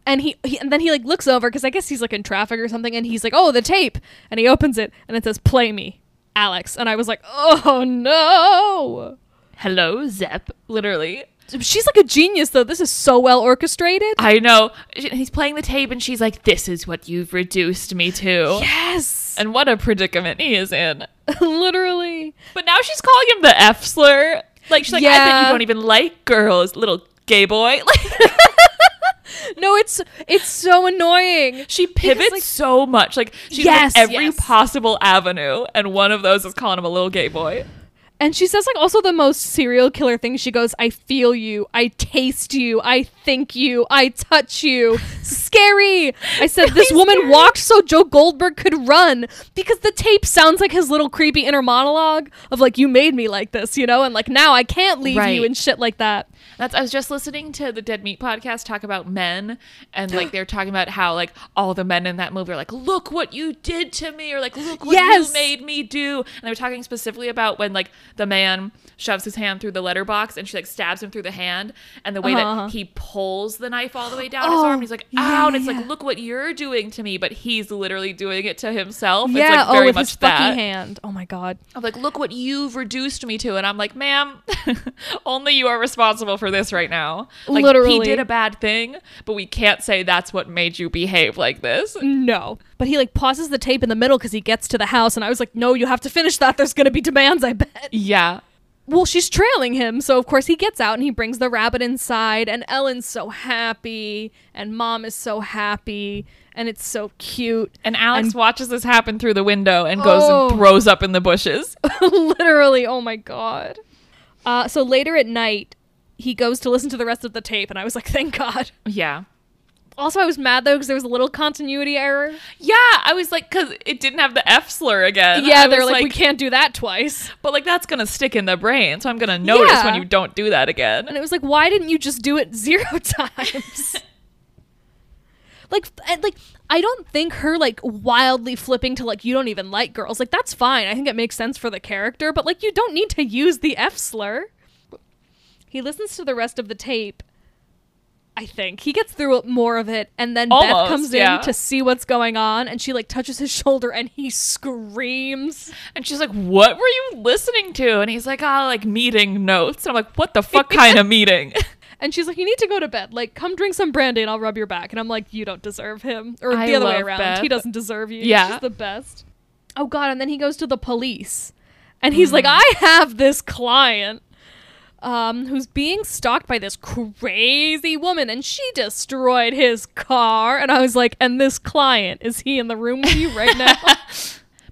A: and he, he and then he like looks over because I guess he's like in traffic or something, and he's like, "Oh, the tape," and he opens it, and it says, "Play me, Alex," and I was like, "Oh no!"
B: Hello, Zep. Literally.
A: She's like a genius, though. This is so well orchestrated.
B: I know. She- He's playing the tape and she's like, "This is what you've reduced me to."
A: Yes,
B: And what a predicament he is in.
A: <laughs> literally. <laughs>
B: But now she's calling him the F slur. Like she's like, I bet
A: Yeah.
B: you don't even like girls, little gay boy. <laughs> Like
A: No, it's it's so annoying.
B: she pivots
A: like-
B: so much. Like she's
A: Yes,
B: on every
A: yes.
B: possible avenue, and one of those is calling him a little gay boy.
A: And she says like also the most serial killer thing. She goes, "I feel you, I taste you, I think you, I touch <laughs> you." Scary. I said this woman walked so Joe Goldberg could run because the tape sounds like his little creepy inner monologue of like, "You made me like this," you know, and like now I can't leave
B: Right.
A: you and shit like that.
B: That's I was just listening to the Dead Meat podcast talk about men and
A: <gasps>
B: like they're talking about how like all the men in that movie are like, look what you did to me, or like look what
A: Yes.
B: you made me do. And they were talking specifically about when like the man shoves his hand through the letterbox and she like stabs him through the hand and the way
A: Uh-huh.
B: that he pulls the knife all the way down his
A: Oh,
B: arm and he's like,
A: yeah,
B: ow, and it's
A: yeah.
B: like, look what you're doing to me, but he's literally doing it to himself.
A: yeah,
B: it's like
A: oh,
B: very
A: with
B: much
A: his
B: that.
A: fucking hand. Oh my god.
B: I'm like, look what you've reduced me to. And I'm like, ma'am, <laughs> only you are responsible for this right now. Like, He
A: Literally.
B: did a bad thing, but we can't say that's what made you behave like this.
A: No. But he like pauses the tape in the middle because he gets to the house, and I was like, "No, you have to finish that. There's gonna be demands. I bet."
B: Yeah.
A: well, she's trailing him, so of course he gets out and he brings the rabbit inside, and Ellen's so happy, and mom is so happy, and it's so cute. <laughs>
B: And Alex watches this happen through the window and goes
A: Oh.
B: and throws up in
A: <laughs>
B: the bushes.
A: Literally, oh my god. Uh, so later at night, he goes to listen to the rest of the tape, and I was like, thank God.
B: yeah.
A: Also, I was mad though because there was a little continuity error.
B: Yeah. I was like, because it didn't have the F slur again. I
A: yeah, they're
B: was
A: like, we can't do that twice.
B: but like, that's going to stick in the brain. So I'm going to notice
A: Yeah.
B: when you don't do that
A: And
B: again.
A: it was like, why didn't you just do it zero <laughs> times? like, and, like I don't think her like wildly flipping to like you don't even like girls. Like that's fine. I think it makes sense for the character, but like you don't need to use the F slur. He listens to the rest of the tape. I think he gets through more of it, and then Beth
B: Almost,
A: comes
B: yeah.
A: in to see what's going on, and she like touches his shoulder, and he screams.
B: And she's like, what were you listening to? And he's like, ah, like meeting notes. And I'm like, what
A: <laughs>
B: the fuck kind of meeting? <laughs>
A: And she's like, "You need to go to bed. Like, come drink some brandy, and I'll rub your back." And I'm like, "You don't deserve him." Or
B: I
A: the other way
B: love
A: around.
B: Beth.
A: He doesn't deserve you.
B: Yeah.
A: she's the best. Oh God! And then he goes to the police, and he's like,
B: Mm.
A: "I have this client." Um, who's being stalked by this crazy woman and she destroyed his car and i was like and this client is he in the room with you right now
B: <laughs>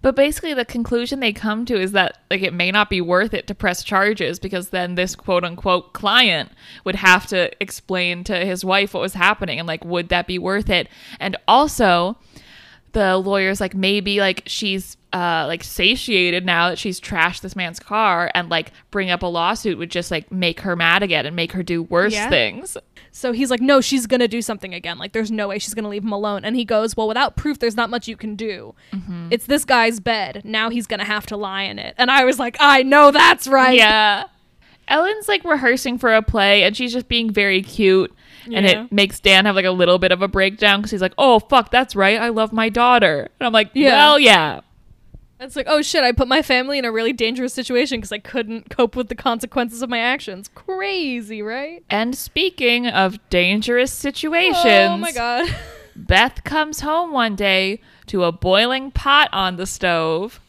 B: But basically, the conclusion they come to is that like it may not be worth it to press charges because then this quote unquote client would have to explain to his wife what was happening and like would that be worth it? And also, the lawyer's like maybe like she's uh like satiated now that she's trashed this man's car and like bring up a lawsuit would just like make her mad again and make her do worse
A: Yeah.
B: things.
A: So he's like, no, she's going to do something again. Like, there's no way she's going to leave him alone. And he goes, well, without proof, there's not much you can do.
B: Mm-hmm.
A: It's this guy's bed. Now he's going to have to lie in it. And I was like, I know that's right.
B: Yeah. Ellen's like rehearsing for a play and she's just being very cute. And
A: Yeah.
B: it makes Dan have like a little bit of a breakdown because he's like, oh, fuck, that's right. I love my daughter. And I'm like,
A: Yeah.
B: well, yeah.
A: It's like, oh shit, I put my family in a really dangerous situation because I couldn't cope with the consequences of my actions. Crazy, right?
B: And speaking of dangerous situations,
A: Oh my god. <laughs>
B: Beth comes home one day to a boiling pot on the stove.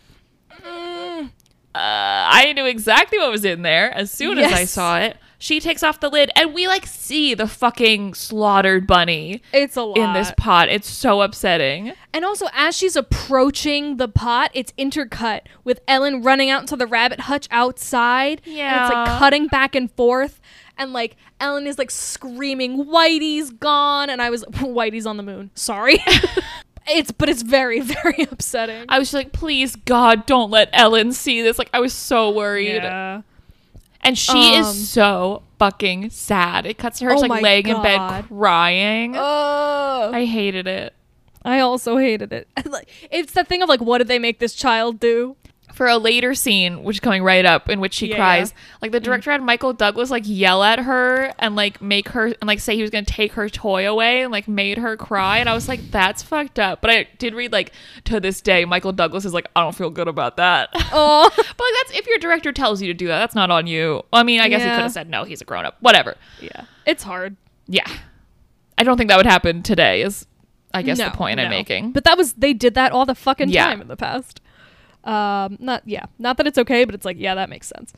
A: Mm.
B: Uh, I knew exactly what was in there as soon as I
A: Yes.
B: saw it. She takes off the lid, and we like see the fucking slaughtered bunny
A: It's a lot.
B: in this pot. It's so upsetting.
A: And also, as she's approaching the pot, it's intercut with Ellen running out into the rabbit hutch outside. And it's
B: Yeah.
A: like cutting back and forth. And like Ellen is like screaming, Whitey's gone. And I was, <laughs> Whitey's on the moon. Sorry. <laughs> it's, but it's very, <laughs> very upsetting.
B: I was just like, please, God, don't let Ellen see this. Like, I was so worried. And she
A: Um.
B: is so fucking sad. It cuts to her
A: Oh
B: just,
A: my
B: like laying in bed
A: God.
B: crying.
A: Oh.
B: I hated it.
A: I also hated it. <laughs> Like, it's the thing of like, what did they make this child
B: <laughs>
A: do?
B: for a later scene, which is coming right up, in which she
A: Yeah, Mm.
B: cries. Like the director had Michael Douglas like yell at her and like make her and like say he was gonna take her toy away and like made her cry. And I was like, that's fucked up. But I did read like to this day, Michael Douglas is like, I don't feel good about that. but
A: Oh,
B: like that's if your director tells you to do that, that's not on you. I mean, I guess he
A: Yeah.
B: could have said no, he's a grown up. Whatever.
A: yeah. It's hard.
B: Yeah. I don't think that would happen today is I guess
A: No,
B: the point I'm
A: no.
B: making.
A: But that was they did that all the fucking
B: Yeah.
A: time in the past. Um, not yeah, not that it's okay, but it's like yeah, that makes sense.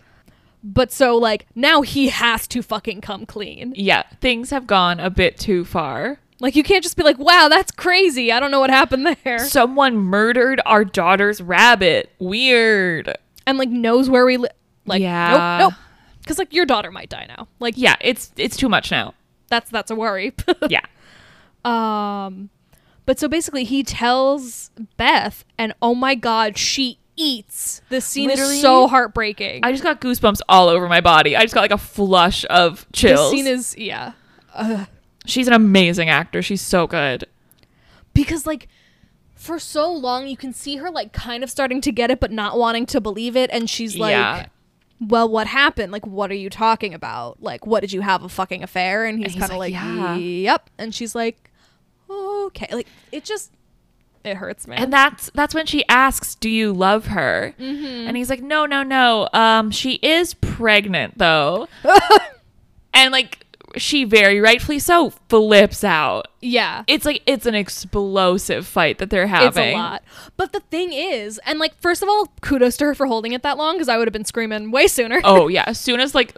A: But so like now he has to fucking come clean.
B: yeah, things have gone a bit too far.
A: Like you can't just be like, wow, that's crazy. I don't know what happened there,
B: Someone murdered our daughter's rabbit. Weird.
A: and like knows where we live. Like
B: Yeah.
A: nope, nope. Because like your daughter might die now. Like
B: Yeah, it's it's too much now.
A: that's that's a worry. <laughs>
B: Yeah.
A: Um, but so basically, he tells Beth, and oh my god, she eats. This scene
B: Literally,
A: is so heartbreaking.
B: I just got goosebumps all over my body. I just got like a flush of
A: this
B: chills.
A: scene is yeah,
B: She's an amazing actor. She's so good.
A: because like for so long you can see her like kind of starting to get it, but not wanting to believe it, and she's like.
B: Yeah.
A: Well, what happened? Like, what are you talking about? Like, what did you have a fucking affair? And he's,
B: he's
A: kind of
B: like,
A: like,
B: "Yeah."
A: yep. And she's like, okay. Like, it just, it hurts, man.
B: And that's that's when she asks, "Do you love her?"
A: Mm-hmm.
B: And he's like, "No, no, no. Um, she is pregnant though." and like she very rightfully so flips out.
A: <laughs> yeah.
B: It's like it's an explosive fight that they're having.
A: It's a lot. But the thing is, and like, first of all, kudos to her for holding it that long because I would have been screaming way sooner.
B: Oh yeah. As soon as like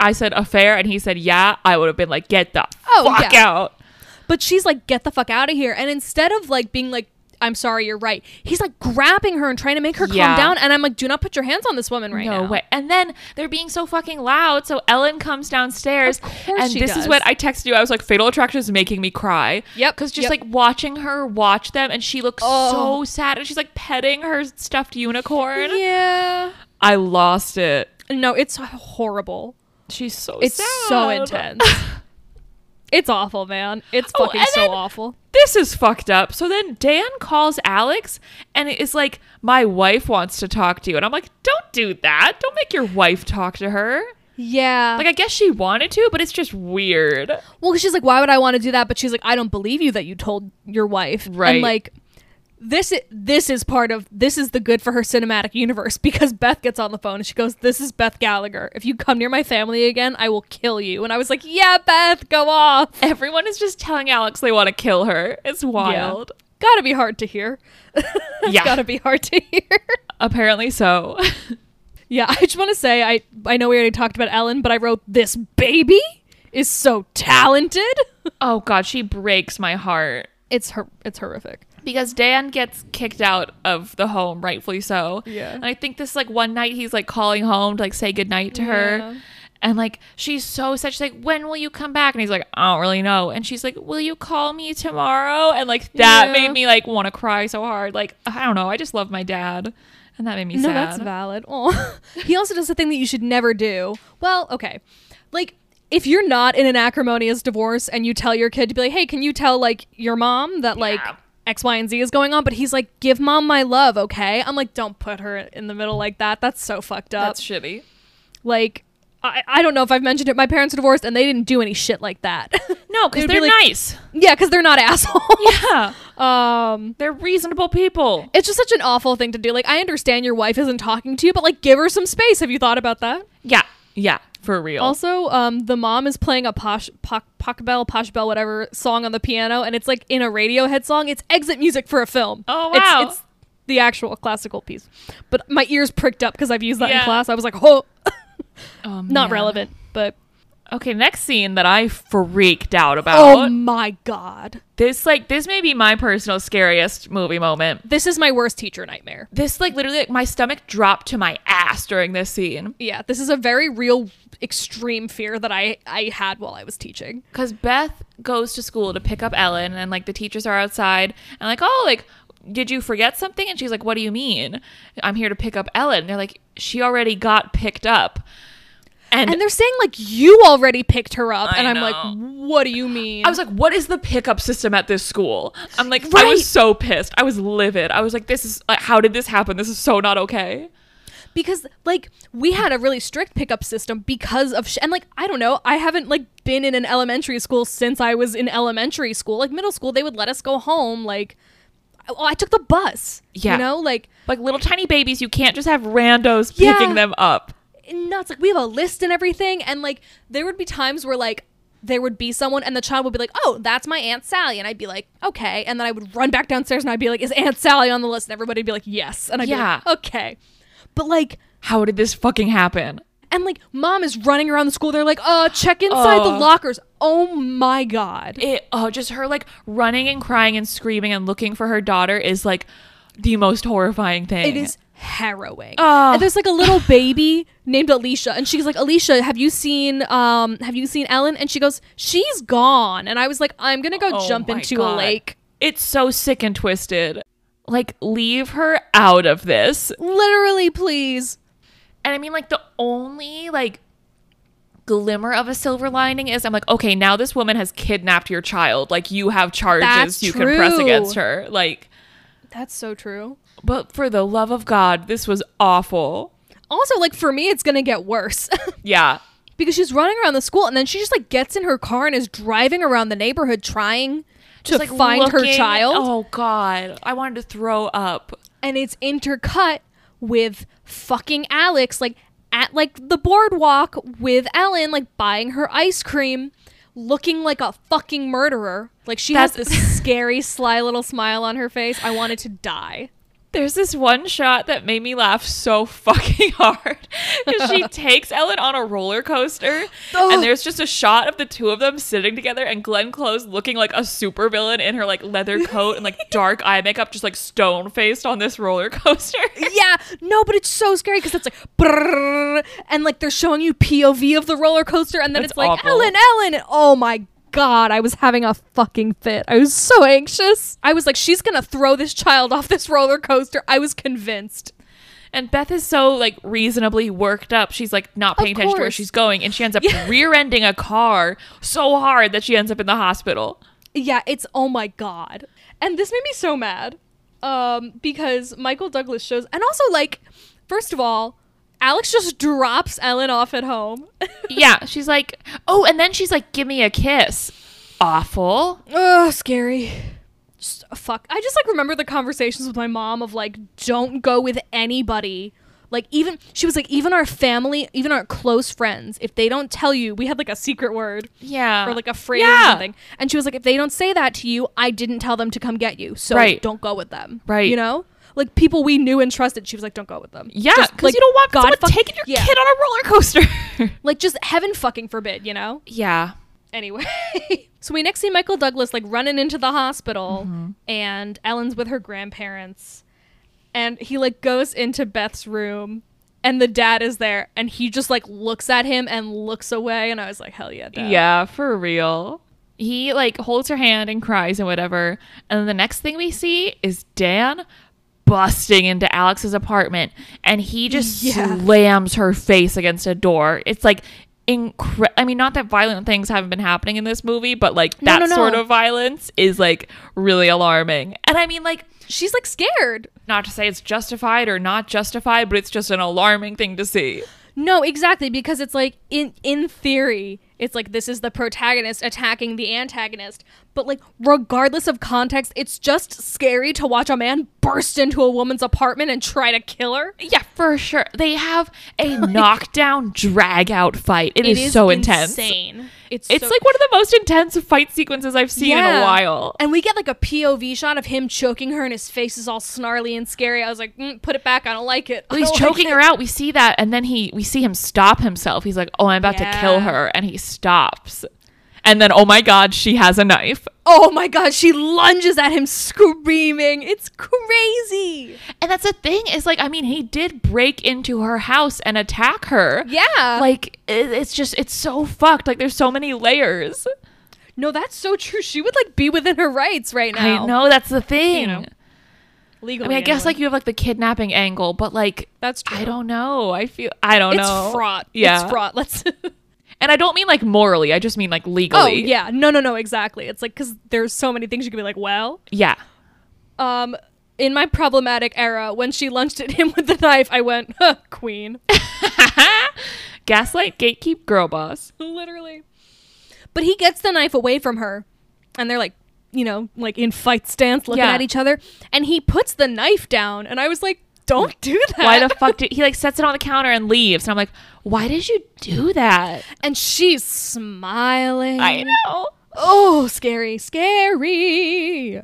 B: I said affair and he said yeah, I would have been like, get the
A: Oh,
B: fuck
A: yeah.
B: out.
A: But she's like, get the fuck out of here. And instead of like being like, I'm sorry, you're right, he's like grabbing her and trying to make her calm
B: Yeah.
A: down. And I'm like, do not put your hands on this woman right
B: no
A: now.
B: way. And then they're being so fucking loud. So Ellen comes downstairs.
A: Of course
B: and
A: she
B: this is
A: does.
B: what I texted you. I was like, Fatal Attraction is making me cry.
A: Yep,
B: Because
A: yep.
B: just like watching her watch them and she looks so
A: Oh.
B: sad and she's like petting her stuffed unicorn.
A: Yeah.
B: I lost it.
A: No, it's horrible.
B: She's so
A: It's so
B: sad. <laughs>
A: intense. it's awful, man. It's
B: Oh,
A: fucking
B: and
A: so
B: then-
A: awful.
B: this is fucked up. So then Dan calls Alex and is like, My wife wants to talk to you. And I'm like, Don't do that. Don't make your wife talk to her.
A: Yeah.
B: Like, I guess she wanted to, but it's just weird.
A: Well, 'cause she's like, why would I want to do that? But she's like, I don't believe you that you told your wife.
B: Right.
A: And like, this i- this is part of this is the good for her cinematic universe <laughs> because Beth gets on the phone and she goes, "This is Beth Gallagher. If you come near my family again, I will kill you." And I was like, "Yeah, Beth, go off."
B: Everyone is just telling Alex they want to kill her. It's wild.
A: Gotta be hard to hear. <laughs> It's
B: Yeah.
A: Gotta be hard to hear. <laughs>
B: Apparently so. <laughs>
A: yeah, I just want to say I I know we already talked about Ellen, but I wrote this baby is so talented. <laughs>
B: oh, God. She breaks my heart.
A: It's her. It's horrific.
B: because Dan gets kicked out of the home, rightfully so.
A: Yeah.
B: And I think this like one night he's like calling home to like say goodnight to
A: Yeah.
B: her. And like she's so sad. She's like, When will you come back? And he's like, I don't really know. And she's like, Will you call me tomorrow? And like that
A: Yeah.
B: made me like want to cry so hard. Like, I don't know. I just love my dad. And that made me
A: No,
B: sad.
A: that's valid. Oh, <laughs> he also does the thing that you should never do. Well, okay, like if you're not in an acrimonious divorce and you tell your kid to be like, "Hey, can you tell like your mom that like
B: Yeah.
A: X, Y, and Z is going on?" But he's like, "Give mom my love, okay?" I'm like, "Don't put her in the middle like that. That's so fucked up."
B: That's shitty.
A: like, I, I don't know if I've mentioned it. My parents are divorced and they didn't do any shit like that.
B: <laughs> No, because
A: It would be
B: they're
A: like-
B: nice.
A: <laughs> yeah, because they're not assholes.
B: <laughs> Yeah,
A: <laughs> Um,
B: they're reasonable people.
A: it's just such an awful thing to do. Like, I understand your wife isn't talking to you, but like, give her some space. Have you thought about that?
B: Yeah, yeah, for real.
A: Also, um, the mom is playing a posh pock, pock bell, posh bell, whatever song on the piano, and it's like in a Radiohead song. It's exit music for a film.
B: Oh,
A: It's-
B: wow.
A: It's, the actual classical piece, but my ears pricked up because I've used that in
B: Yeah.
A: class. I was like, oh,
B: Oh,
A: not
B: man.
A: relevant, but
B: Okay, next scene that I freaked out
A: oh
B: about.
A: my god,
B: This like this may be my personal scariest movie moment.
A: this is my worst teacher nightmare.
B: This like literally like, my stomach dropped to my ass during this scene
A: Yeah, this is a very real, extreme fear that I I had while I was teaching.
B: because Beth goes to school to pick up Ellen and like the teachers are outside and like oh like did you forget something and she's like what do you mean I'm here to pick up Ellen and they're like she already got picked up and,
A: And they're saying like you already picked her up,
B: I
A: and I'm
B: know.
A: like, what do you mean?
B: I was like, what is the pickup system at this school? I'm like, I
A: Right.
B: was so pissed. I was livid. I was like, this is, like, how did this happen? This is so not okay.
A: because like we had a really strict pickup system because of sh- and like i don't know i haven't like been in an elementary school since i was in elementary school like middle school they would let us go home like oh i took the bus
B: Yeah.
A: you know like
B: Like little tiny babies, you can't just have randos
A: Yeah.
B: picking them up.
A: nuts like we have a list and everything and like there would be times where like there would be someone and the child would be like oh that's my aunt sally and i'd be like okay and then i would run back downstairs and i'd be like is aunt sally on the list and everybody would be like yes and i'd
B: Yeah.
A: be like okay but like
B: How did this fucking happen?
A: And like mom is running around the school. They're like, uh, check inside the
B: Oh.
A: lockers. Oh my god.
B: It, oh, just her like running and crying and screaming and looking for her daughter is like the most horrifying thing.
A: It is harrowing.
B: Oh.
A: And there's like a little baby named Alicia, and she's like, Alicia, have you seen um have you seen Ellen? And she goes, She's gone. And I was like, I'm gonna go
B: Oh
A: jump
B: my
A: into a
B: God.
A: lake.
B: It's so sick and twisted. Like, leave her out of this.
A: Literally, please.
B: And I mean, like, the only, like, glimmer of a silver lining is I'm like, okay, now this woman has kidnapped your child. Like, you have charges
A: That's
B: you can press
A: true.
B: against her. Like,
A: That's so true.
B: but for the love of God, this was awful.
A: Also, like for me, it's gonna get worse. <laughs>
B: Yeah.
A: because she's running around the school and then she just like gets in her car and is driving around the neighborhood trying to
B: Just, like,
A: find her
B: looking-
A: child.
B: Oh, God. I wanted to throw up.
A: and it's intercut with fucking Alex, like at like the boardwalk with Ellen, like buying her ice cream, looking like a fucking murderer. Like she has
B: That's-
A: <laughs> this scary, sly little smile on her face. I wanted to die.
B: There's this one shot that made me laugh so fucking <laughs> hard because <laughs> she takes Ellen on a roller coaster,
A: Ugh.
B: and there's just a shot of the two of them sitting together, and Glenn Close looking like a supervillain in her like leather coat <laughs> and like dark eye makeup, just like stone faced on this roller <laughs> coaster.
A: Yeah, no, but it's so scary because it's like, brrrr, and like they're showing you POV of the roller coaster, and then
B: That's
A: it's like
B: awful.
A: Ellen, Ellen, and oh my god, I was having a fucking fit. I was so anxious. I was like, she's gonna throw this child off this roller coaster. I was convinced.
B: And Beth is so like reasonably worked up. She's like not paying attention to where
A: course.
B: she's going, and she ends up <laughs>
A: Yeah.
B: rear-ending a car so hard that she ends up in the hospital.
A: Yeah, it's oh my god. And this made me so mad. Um, because Michael Douglas shows and also like, first of all, Alex just drops Ellen off at home. <laughs>
B: yeah, she's like, oh, and then she's like, give me a kiss. Awful.
A: Ugh, scary. Just, uh, fuck. I just like remember the conversations with my mom of like, don't go with anybody. Like even she was like, even our family, even our close friends, if they don't tell you, we had like a secret word
B: Yeah.
A: or like a phrase
B: Uh, Yeah.
A: or something. And she was like, if they don't say that to you, I didn't tell them to come get you. So
B: Right.
A: don't go with them.
B: Right.
A: You know? Like people we knew and trusted, she was like, don't go with them.
B: Yeah,
A: Just,
B: because you don't want someone
A: fuck-
B: taking your
A: yeah.
B: kid on a roller coaster. <laughs>
A: Like just heaven fucking forbid, you know?
B: yeah.
A: anyway <laughs> so we next see michael douglas like running into the hospital
B: Mm-hmm.
A: and ellen's with her grandparents and he like goes into beth's room and the dad is there and he just like looks at him and looks away and i was like hell yeah dad.
B: Yeah, for real. He like holds her hand and cries and whatever. And then the next thing we see is Dan busting into Alex's apartment and he <laughs> just
A: Yeah.
B: slams her face against a door. It's like incre I mean, not that violent things haven't been happening in this movie, but like
A: No,
B: that
A: no, no.
B: sort of violence is like really alarming. And I mean like
A: she's like scared
B: not to say it's justified or not justified, but it's just an alarming thing to see.
A: No, exactly, because it's like in in theory, it's like this is the protagonist attacking the antagonist, but like regardless of context, it's just scary to watch a man burst into a woman's apartment and try to kill her.
B: Yeah, for sure. They have <laughs> a knockdown, drag out fight.
A: It
B: it is, so intense.
A: Insane. It's
B: It's
A: so-
B: like one of the most intense fight sequences I've seen in a
A: Yeah.
B: while.
A: And we get like a POV shot of him choking her, and his face is all snarly and scary. I was like, mm, put it back. I don't like it. I
B: He's
A: don't like
B: choking
A: it."
B: her out. We see that, and then he we see him stop himself. He's like, "Oh, I'm about to kill
A: Yeah.
B: her," and he stops. And then, oh my God, she has a knife.
A: Oh my god, she lunges at him screaming. It's crazy.
B: And that's the thing is like, I mean, he did break into her house and attack her.
A: Yeah.
B: Like, it, it's just, it's so fucked. Like, there's so many layers.
A: No, that's so true. She would like be within her rights right now.
B: I know that's the thing.
A: You know,
B: I
A: Legally.
B: mean, I guess
A: anyway.
B: like you have like the kidnapping angle, but like,
A: that's true.
B: I don't know. I feel, I don't
A: it's
B: know.
A: fraught.
B: Yeah.
A: It's fraught. Let's <laughs>
B: And I don't mean like morally. I just mean like legally.
A: Oh, yeah. No, no, no, exactly. It's like cuz there's so many things you could be like, well,
B: Yeah. <laughs>
A: um in my problematic era when she lunged at <laughs> him with the knife, I went, huh, "Queen." <laughs>
B: Gaslight, gatekeep, girl boss.
A: Literally. But he gets the knife away from her and they're like, you know, like in fight stance looking
B: Yeah.
A: at each other and he puts the knife down and I was like, "Don't do that."
B: Why the fuck did he like sets it on the counter and leaves? And I'm like, why did you do that?
A: <laughs> and she's smiling.
B: I know.
A: Oh, scary, scary.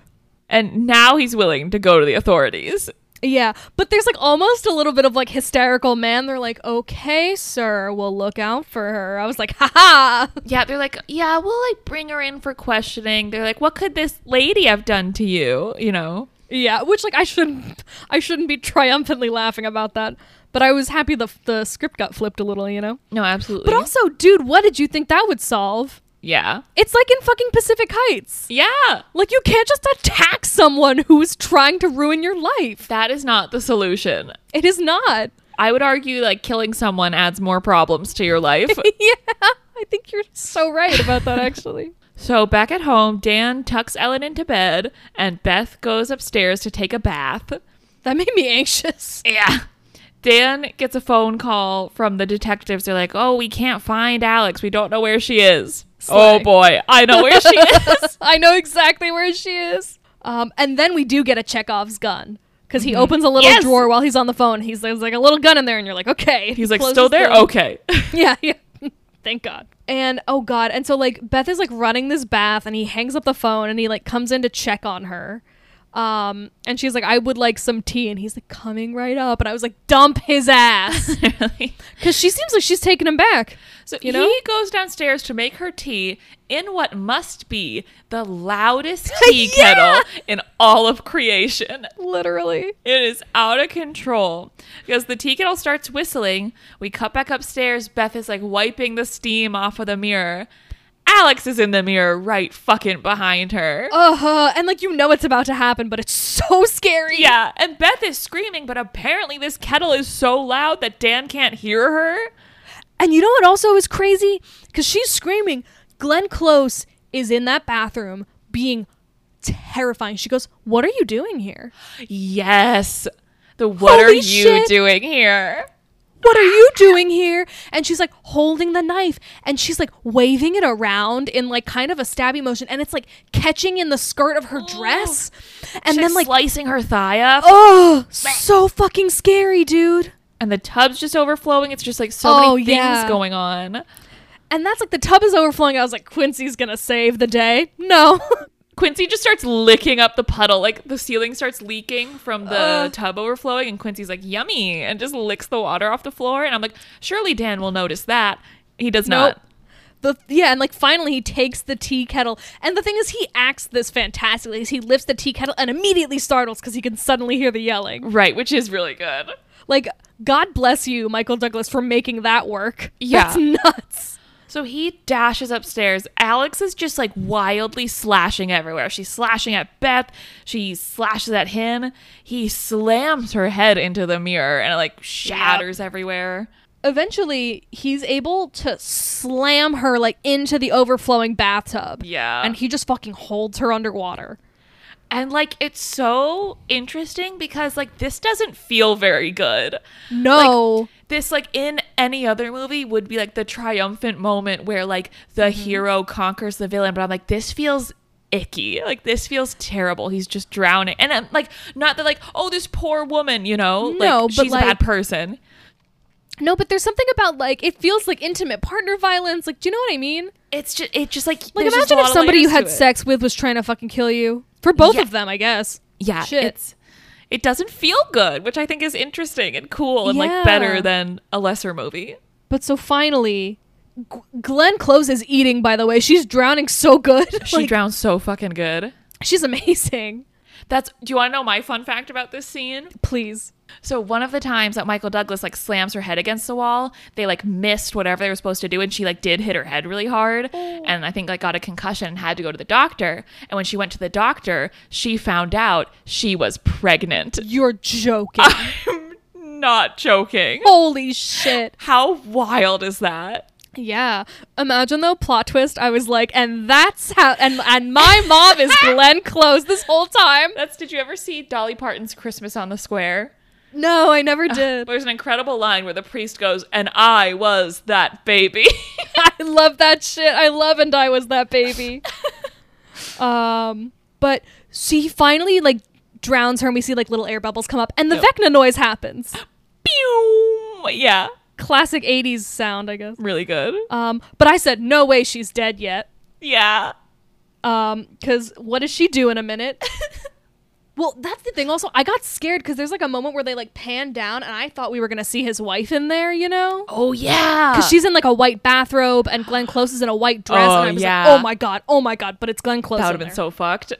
B: And now he's willing to go to the authorities.
A: Yeah, but there's like almost a little bit of like hysterical man. They're like, okay, sir, we'll look out for her. I was like, haha.
B: Yeah, they're like, yeah, we'll like bring her in for questioning. They're like, what could this lady have done to you? You know?
A: Yeah, which like I shouldn't, I shouldn't be triumphantly laughing about that. But I was happy the the script got flipped a little, you know.
B: No, absolutely.
A: But also, dude, what did you think that would solve?
B: yeah,
A: It's like in fucking Pacific Heights.
B: yeah,
A: Like you can't just attack someone who is trying to ruin your life.
B: that is not the solution.
A: It is not. <laughs>
B: I would argue like killing someone adds more problems to your life.
A: yeah, I think you're so right about that, actually.
B: so back at home, Dan tucks Ellen into bed, and Beth goes upstairs to take a bath.
A: that made me anxious. <laughs>
B: Yeah. Dan gets a phone call from the detectives. They're like, "Oh, we can't find Alex. We don't know where she is." Oh
A: Slay.
B: boy, I know where she is.
A: I know exactly where she is. Um, and then we do get a Chekhov's gun because he opens a little
B: Mm-hmm. Yes!
A: drawer while he's on the phone. He's there's like a little gun in there, and you're like, okay.
B: He's like,
A: Closes
B: "Still there?
A: the-
B: Okay."
A: <laughs>
B: <laughs>
A: Yeah, yeah. <laughs> Thank God. And oh God. And so like Beth is like running this bath, and he hangs up the phone, and he like comes in to check on her. Um, and she's like, I would like some tea, and he's like, coming right up. And I was like, dump his ass, <laughs>
B: Really?
A: because she seems like she's taking him back.
B: So
A: You know?
B: he goes downstairs to make her tea in what must be the
A: <laughs>
B: loudest tea
A: Yeah!
B: kettle in all of creation.
A: Literally.
B: It is out of control because the tea kettle starts whistling. We cut back upstairs. Beth is like wiping the steam off of the mirror. Alex is in the mirror right fucking behind her.
A: Uh huh. And like you know it's about to happen, but it's so scary.
B: Yeah, and Beth is screaming, but apparently this kettle is so loud that Dan can't hear her.
A: And you know what also is crazy? Because she's screaming. Glenn Close is in that bathroom being terrifying. She goes, What are you doing here?
B: Yes. The what are
A: Holy
B: you
A: shit.
B: doing here?
A: What are you doing here? And she's like holding the knife and she's like waving it around in like kind of a stabby motion and it's like catching in the skirt of her dress. And
B: and
A: then like,
B: slicing her thigh up
A: oh, so fucking scary, dude.
B: and the tub's just overflowing it's just like so
A: Oh,
B: many things
A: yeah.
B: going on
A: And that's like the tub is overflowing. I was like, Quincy's gonna save the day. No. <laughs>
B: quincy just starts licking up the puddle like the ceiling starts leaking from the
A: Ugh.
B: tub overflowing and quincy's like yummy and just licks the water off the floor and i'm like surely dan will notice that he does not
A: The, yeah, and like finally he takes the tea kettle. And the thing is, he acts this fantastically. Is he lifts the tea kettle and immediately startles because he can suddenly hear the yelling.
B: right which is really good
A: Like, God bless you, Michael Douglas, for making that work. <laughs>
B: Yeah.
A: That's nuts.
B: so he dashes upstairs alex is just like wildly slashing everywhere she's slashing at beth she slashes at him he slams her head into the mirror and it like shatters everywhere
A: Eventually, he's able to slam her like into the overflowing bathtub.
B: Yeah.
A: And he just fucking holds her underwater.
B: And like it's so interesting because like this doesn't feel very good.
A: No.
B: this like in any other movie would be like the triumphant moment where like the
A: Mm-hmm.
B: hero conquers the villain but i'm like this feels icky like this feels terrible he's just drowning and i'm like not that like oh this poor woman you know like
A: No, but,
B: she's a
A: like-
B: bad person
A: No, but there's something about like it feels like intimate partner violence. Like, do you know what I mean?
B: it's just it just like
A: Like,
B: there's just a
A: imagine
B: lot
A: if
B: of
A: somebody you
B: layers to
A: had
B: it.
A: sex with was trying to fucking kill you for both
B: Yeah.
A: of them. I guess.
B: yeah
A: Shit.
B: it's it doesn't feel good which i think is interesting and cool and
A: Yeah.
B: like better than a lesser movie
A: But so finally, G- Glenn Close is eating. By the way, she's drowning so <laughs> good.
B: she
A: Like,
B: drowns so fucking good
A: she's amazing.
B: that's do you want to know my fun fact about this scene
A: Please.
B: So one of the times that Michael Douglas like slams her head against the wall, they like missed whatever they were supposed to do, and she like did hit her head really hard, and I think like got a concussion and had to go to the doctor. And when she went to the doctor, she found out she was <laughs> pregnant.
A: You're <laughs> joking.
B: I'm not joking.
A: Holy shit.
B: How wild is that?
A: Yeah. Imagine though plot twist. I was like, and that's how and and <laughs> my mom is Glenn Close this whole time.
B: That's did you ever see Dolly Parton's Christmas on the Square?
A: No, I never did.
B: There's an incredible line where the priest goes, "And I was that baby." <laughs>
A: <laughs> I love that shit. I love and I was that <laughs> baby. um but she finally like drowns her and we see like little air bubbles come up and the
B: Yep.
A: Vecna noise <gasps> happens.
B: Pew! yeah,
A: Classic 80s sound, I guess.
B: really good.
A: Um but I said no way she's dead yet.
B: Yeah.
A: Um, because what does she do in a minute? <laughs> well, that's the thing. Also, I got scared because there's like a moment where they like pan down, and I thought we were gonna see his wife in there, you know?
B: Oh yeah.
A: Because she's in like a white bathrobe, and Glenn Close is in a white dress,
B: Oh,
A: and I was
B: yeah.
A: like, oh my god, oh my god, but it's Glenn Close.
B: that would
A: in
B: have been
A: there.
B: so <laughs> fucked.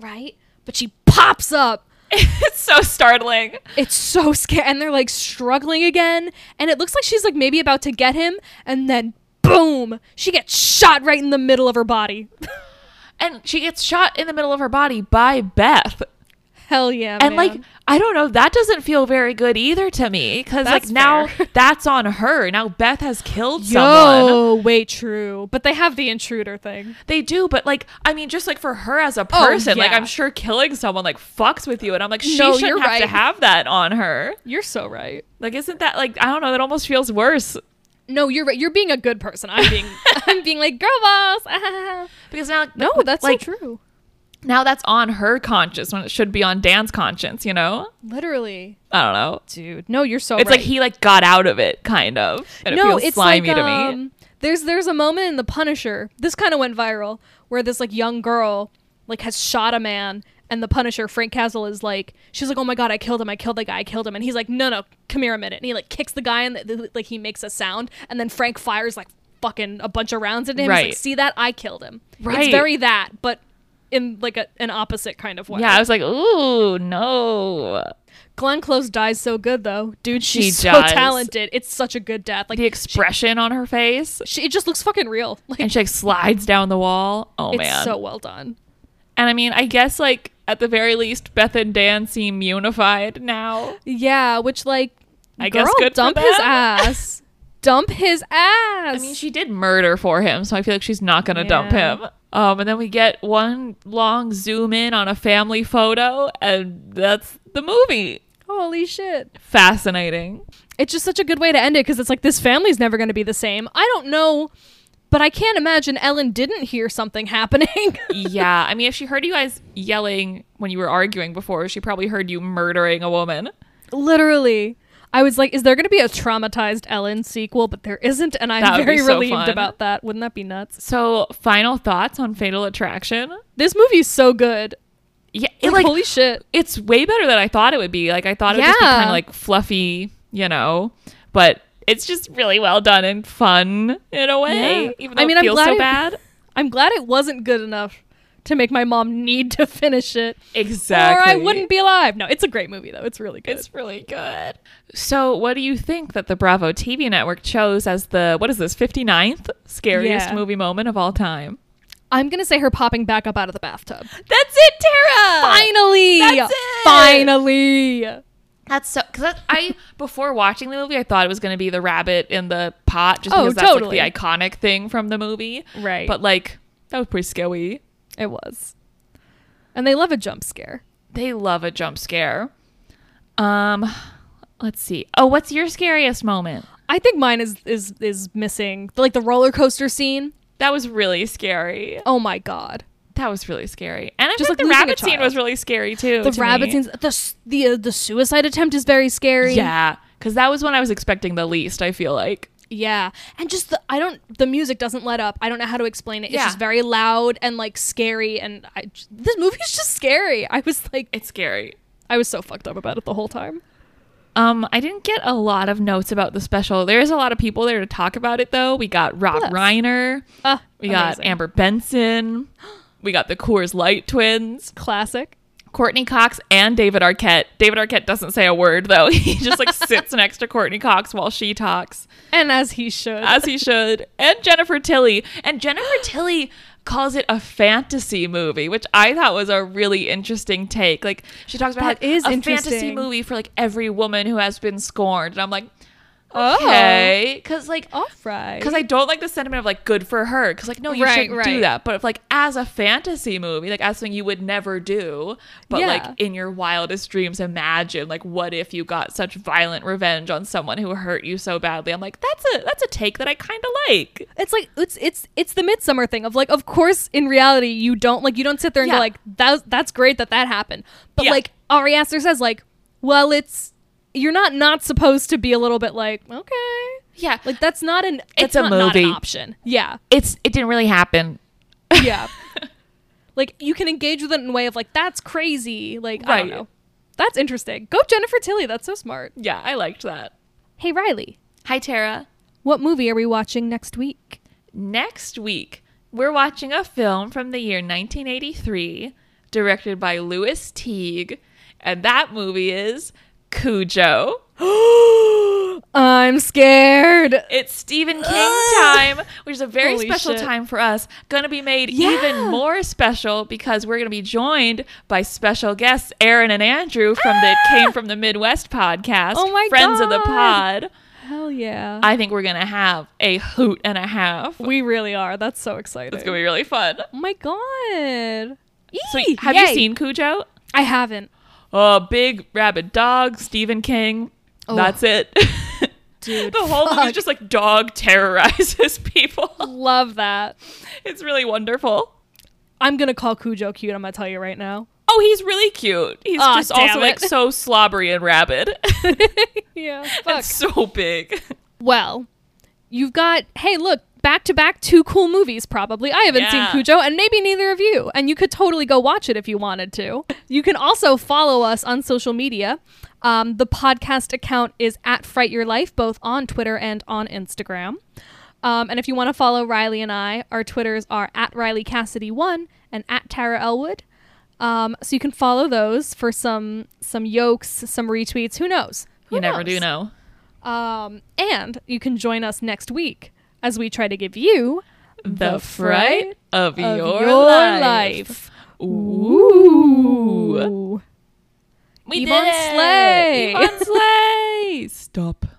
A: right. But she pops up.
B: it's so startling.
A: It's so scary, and they're like struggling again, and it looks like she's like maybe about to get him, and then boom, she gets shot right in the middle of her body. <laughs>
B: And she gets shot in the middle of her body by Beth.
A: Hell yeah, man.
B: And like I don't know, that doesn't feel very good either to me cuz like
A: That's
B: now <laughs>
A: fair.
B: that's on her. Now Beth has killed someone.
A: Yo, wait, true. But they have the intruder thing.
B: They do, but like I mean just like for her as a person, like
A: yeah.
B: I'm sure killing someone like fucks with you and I'm like she
A: No,
B: shouldn't
A: you're
B: have to
A: right.
B: have that on her.
A: You're so right.
B: Like isn't that like I don't know, that almost feels worse.
A: No, you're right. You're being a good person. I'm <laughs> being I'm being like girl boss. <laughs> ah.
B: Because now
A: no, that's
B: like
A: so true.
B: now that's on her conscience when it should be on Dan's conscience, you know?
A: Literally,
B: I don't know.
A: dude. No, you're so.
B: It's
A: right.
B: like he like got out of it, kind of. And it
A: no,
B: feels
A: it's
B: slimy
A: like
B: to me.
A: um, there's there's a moment in The Punisher. This kind of went viral where this like young girl like has shot a man. And the Punisher, Frank Castle, is like, she's like, oh my god, I killed him, I killed the guy, I killed him, and he's like, no, no, come here a minute, and he like kicks the guy, and th- th- like he makes a sound, and then Frank fires like fucking a bunch of rounds at him. He's
B: Right.
A: like, see that? I killed him. It's
B: Right.
A: very that, but in like a, an opposite kind of way.
B: Yeah, I was like, ooh, no.
A: Glenn Close dies so good though, dude.
B: She
A: She's so
B: does.
A: talented. It's such a good death. Like
B: The expression on her face.
A: she, it just looks fucking real. Like
B: And she like slides down the wall. Oh
A: it's
B: man.
A: so well done.
B: and I mean, I guess like at the very least, Beth and Dan seem unified now.
A: Yeah, which like,
B: I
A: girl,
B: guess good for
A: dump his
B: them. <laughs>
A: ass. dump his ass.
B: I mean, she did murder for him, so I feel like she's not gonna dump
A: Yeah.
B: him. Um, and then we get one long zoom in on a family photo, and that's the movie.
A: Holy shit!
B: Fascinating.
A: It's just such a good way to end it because it's like this family's never going to be the same. I don't know, but I can't imagine Ellen didn't hear something <laughs> happening.
B: yeah. I mean, if she heard you guys yelling when you were arguing before, she probably heard you murdering a woman.
A: Literally. I was like, is there going to be a traumatized Ellen sequel? But there isn't, and
B: That
A: I'm
B: would
A: very
B: be so
A: relieved
B: fun.
A: about that. Wouldn't that be nuts?
B: So, final thoughts on Fatal Attraction?
A: This movie is so good.
B: Yeah. It,
A: Like,
B: like,
A: holy shit.
B: it's way better than I thought it would be. Like, I thought it would just be
A: Yeah.
B: kind of like fluffy, you know, but it's just really well done and fun in a way.
A: Yeah.
B: Even
A: I
B: though
A: mean,
B: it
A: I'm
B: feels
A: glad
B: so
A: it- <laughs>
B: bad.
A: I'm glad it wasn't good enough to make my mom need to <laughs> finish it,
B: Exactly.
A: or I wouldn't be alive. No, it's a great movie, though. It's really good.
B: It's really good. So, what do you think that the Bravo TV network chose as the, what is this, 59th scariest
A: Yeah.
B: movie moment of all time?
A: I'm going to say her popping back up out of the <gasps> bathtub.
B: That's it, Tara.
A: Finally!
B: That's it!
A: Finally!
B: That's so because I before watching the movie I thought it was going to be the rabbit in the pot just
A: Oh,
B: because that's
A: totally.
B: like the iconic thing from the movie.
A: Right.
B: But like that was pretty scary.
A: It was. And they love a jump scare.
B: They love a jump scare. Um Let's see. Oh, what's your scariest moment?
A: I think mine is is is missing like the roller coaster scene.
B: That was really scary.
A: Oh my god.
B: That was really scary. And I
A: Just,
B: just
A: like,
B: the
A: losing a
B: rabbit scene
A: child.
B: was really scary too.
A: The
B: to
A: rabbit
B: me.
A: scenes. The s- the uh, the suicide attempt is very scary.
B: Yeah, because that was when I was expecting the least. I feel like.
A: Yeah. And just the I don't the music doesn't let up. I don't know how to explain it. It's
B: Yeah.
A: just very loud and like scary and I j- this movie's just scary. I was like
B: It's scary.
A: I was so fucked up about it the whole time.
B: Um, I didn't get a lot of notes about the special. There is a lot of people there to talk about it, though. We got Rob
A: Bless.
B: Reiner.
A: Uh,
B: Ah, We got Amber Benson. We got the Coors Light twins,
A: classic.
B: Courtney Cox and David Arquette. David Arquette doesn't say a word though. <laughs> He just like <laughs> sits next to Courtney Cox while she talks,
A: And as he should.
B: <laughs> as he should. And Jennifer Tilly. And Jennifer Tilly calls it a fantasy movie, which I thought was a really interesting take. Like she talks about
A: That
B: how
A: is
B: a fantasy
A: interesting.
B: movie for like every woman who has been scorned. And I'm like,
A: Oh.
B: okay, because like
A: All right.
B: because I don't like the sentiment of like good for her. Because like no, you
A: Right,
B: shouldn't do
A: right.
B: that. But if like as a fantasy movie, like as something you would never do, but
A: Yeah.
B: like in your wildest dreams, imagine like what if you got such violent revenge on someone who hurt you so badly? I'm like that's a that's a take that I kind of like.
A: it's like it's it's it's the midsummer thing of like of course in reality you don't like you don't sit there and
B: Yeah.
A: go like that that's great that that happened but
B: Yeah.
A: like Ari Aster says like well it's you're not not supposed to be a little bit like okay
B: Yeah, like
A: like that's not an that's
B: It's a
A: not, not an
B: movie.
A: option yeah
B: it's it didn't really happen.
A: yeah <laughs> like you can engage with it in a way of like that's crazy like I don't
B: Right.
A: know that's interesting go Jennifer Tilly that's so smart
B: Yeah, I liked that.
A: hey Riley
B: Hi Tara.
A: what movie are we watching next <gasps> week
B: Next week, we're watching a film from the year 1983 directed by Louis Teague, and that movie is Cujo.
A: I'm scared
B: It's Stephen King
A: Ugh.
B: time, which is a very
A: Holy
B: special
A: shit.
B: time for us. Going to be made
A: Yeah.
B: even more special because we're going to be joined by special guests Aaron and Andrew from the Came from the Midwest
A: Ah!
B: podcast,
A: Oh my
B: friends of the
A: God.
B: pod.
A: hell yeah
B: I think we're going to have a hoot and a half.
A: We really are. That's so exciting.
B: It's going to be really fun.
A: oh my god.
B: So,
A: Eee,
B: have you
A: yay.
B: seen Cujo?
A: I haven't.
B: Oh, big rabid dog, Stephen King.
A: Oh.
B: That's it. <laughs>
A: Dude,
B: the whole movie
A: fuck.
B: is just like dog terrorizes <laughs> people.
A: Love that.
B: It's really wonderful.
A: I'm gonna call Cujo cute. I'm gonna tell you right now. <laughs>
B: Oh, he's really cute. He's
A: Aw,
B: just also
A: damn
B: like
A: it.
B: so slobbery and rabid. <laughs>
A: Yeah.
B: and
A: Fuck.
B: so big.
A: Well, you've got. Hey, look. Back to back, two cool movies. Probably. I haven't
B: Yeah.
A: seen Cujo, and maybe neither of you. And you could totally go watch it if you wanted
B: <laughs>
A: to. You can also follow us on social media. Um, the podcast account is at Fright Your Life, both on Twitter and on Instagram. Um, and if you want to follow Riley and I, our Twitters are at Riley Cassidy1 and at Tara Elwood. Um, so you can follow those for some some yokes, some retweets. Who knows? Who
B: <laughs> you never
A: knows?
B: do know.
A: Um, and you can join us next week as we try to give you
B: The fright of,
A: of
B: your,
A: your
B: life.
A: life.
B: Ooh.
A: Ooh.
B: We
A: Yvonne
B: did it.
A: Slay.
B: Yvonne Slay. <laughs> Stop.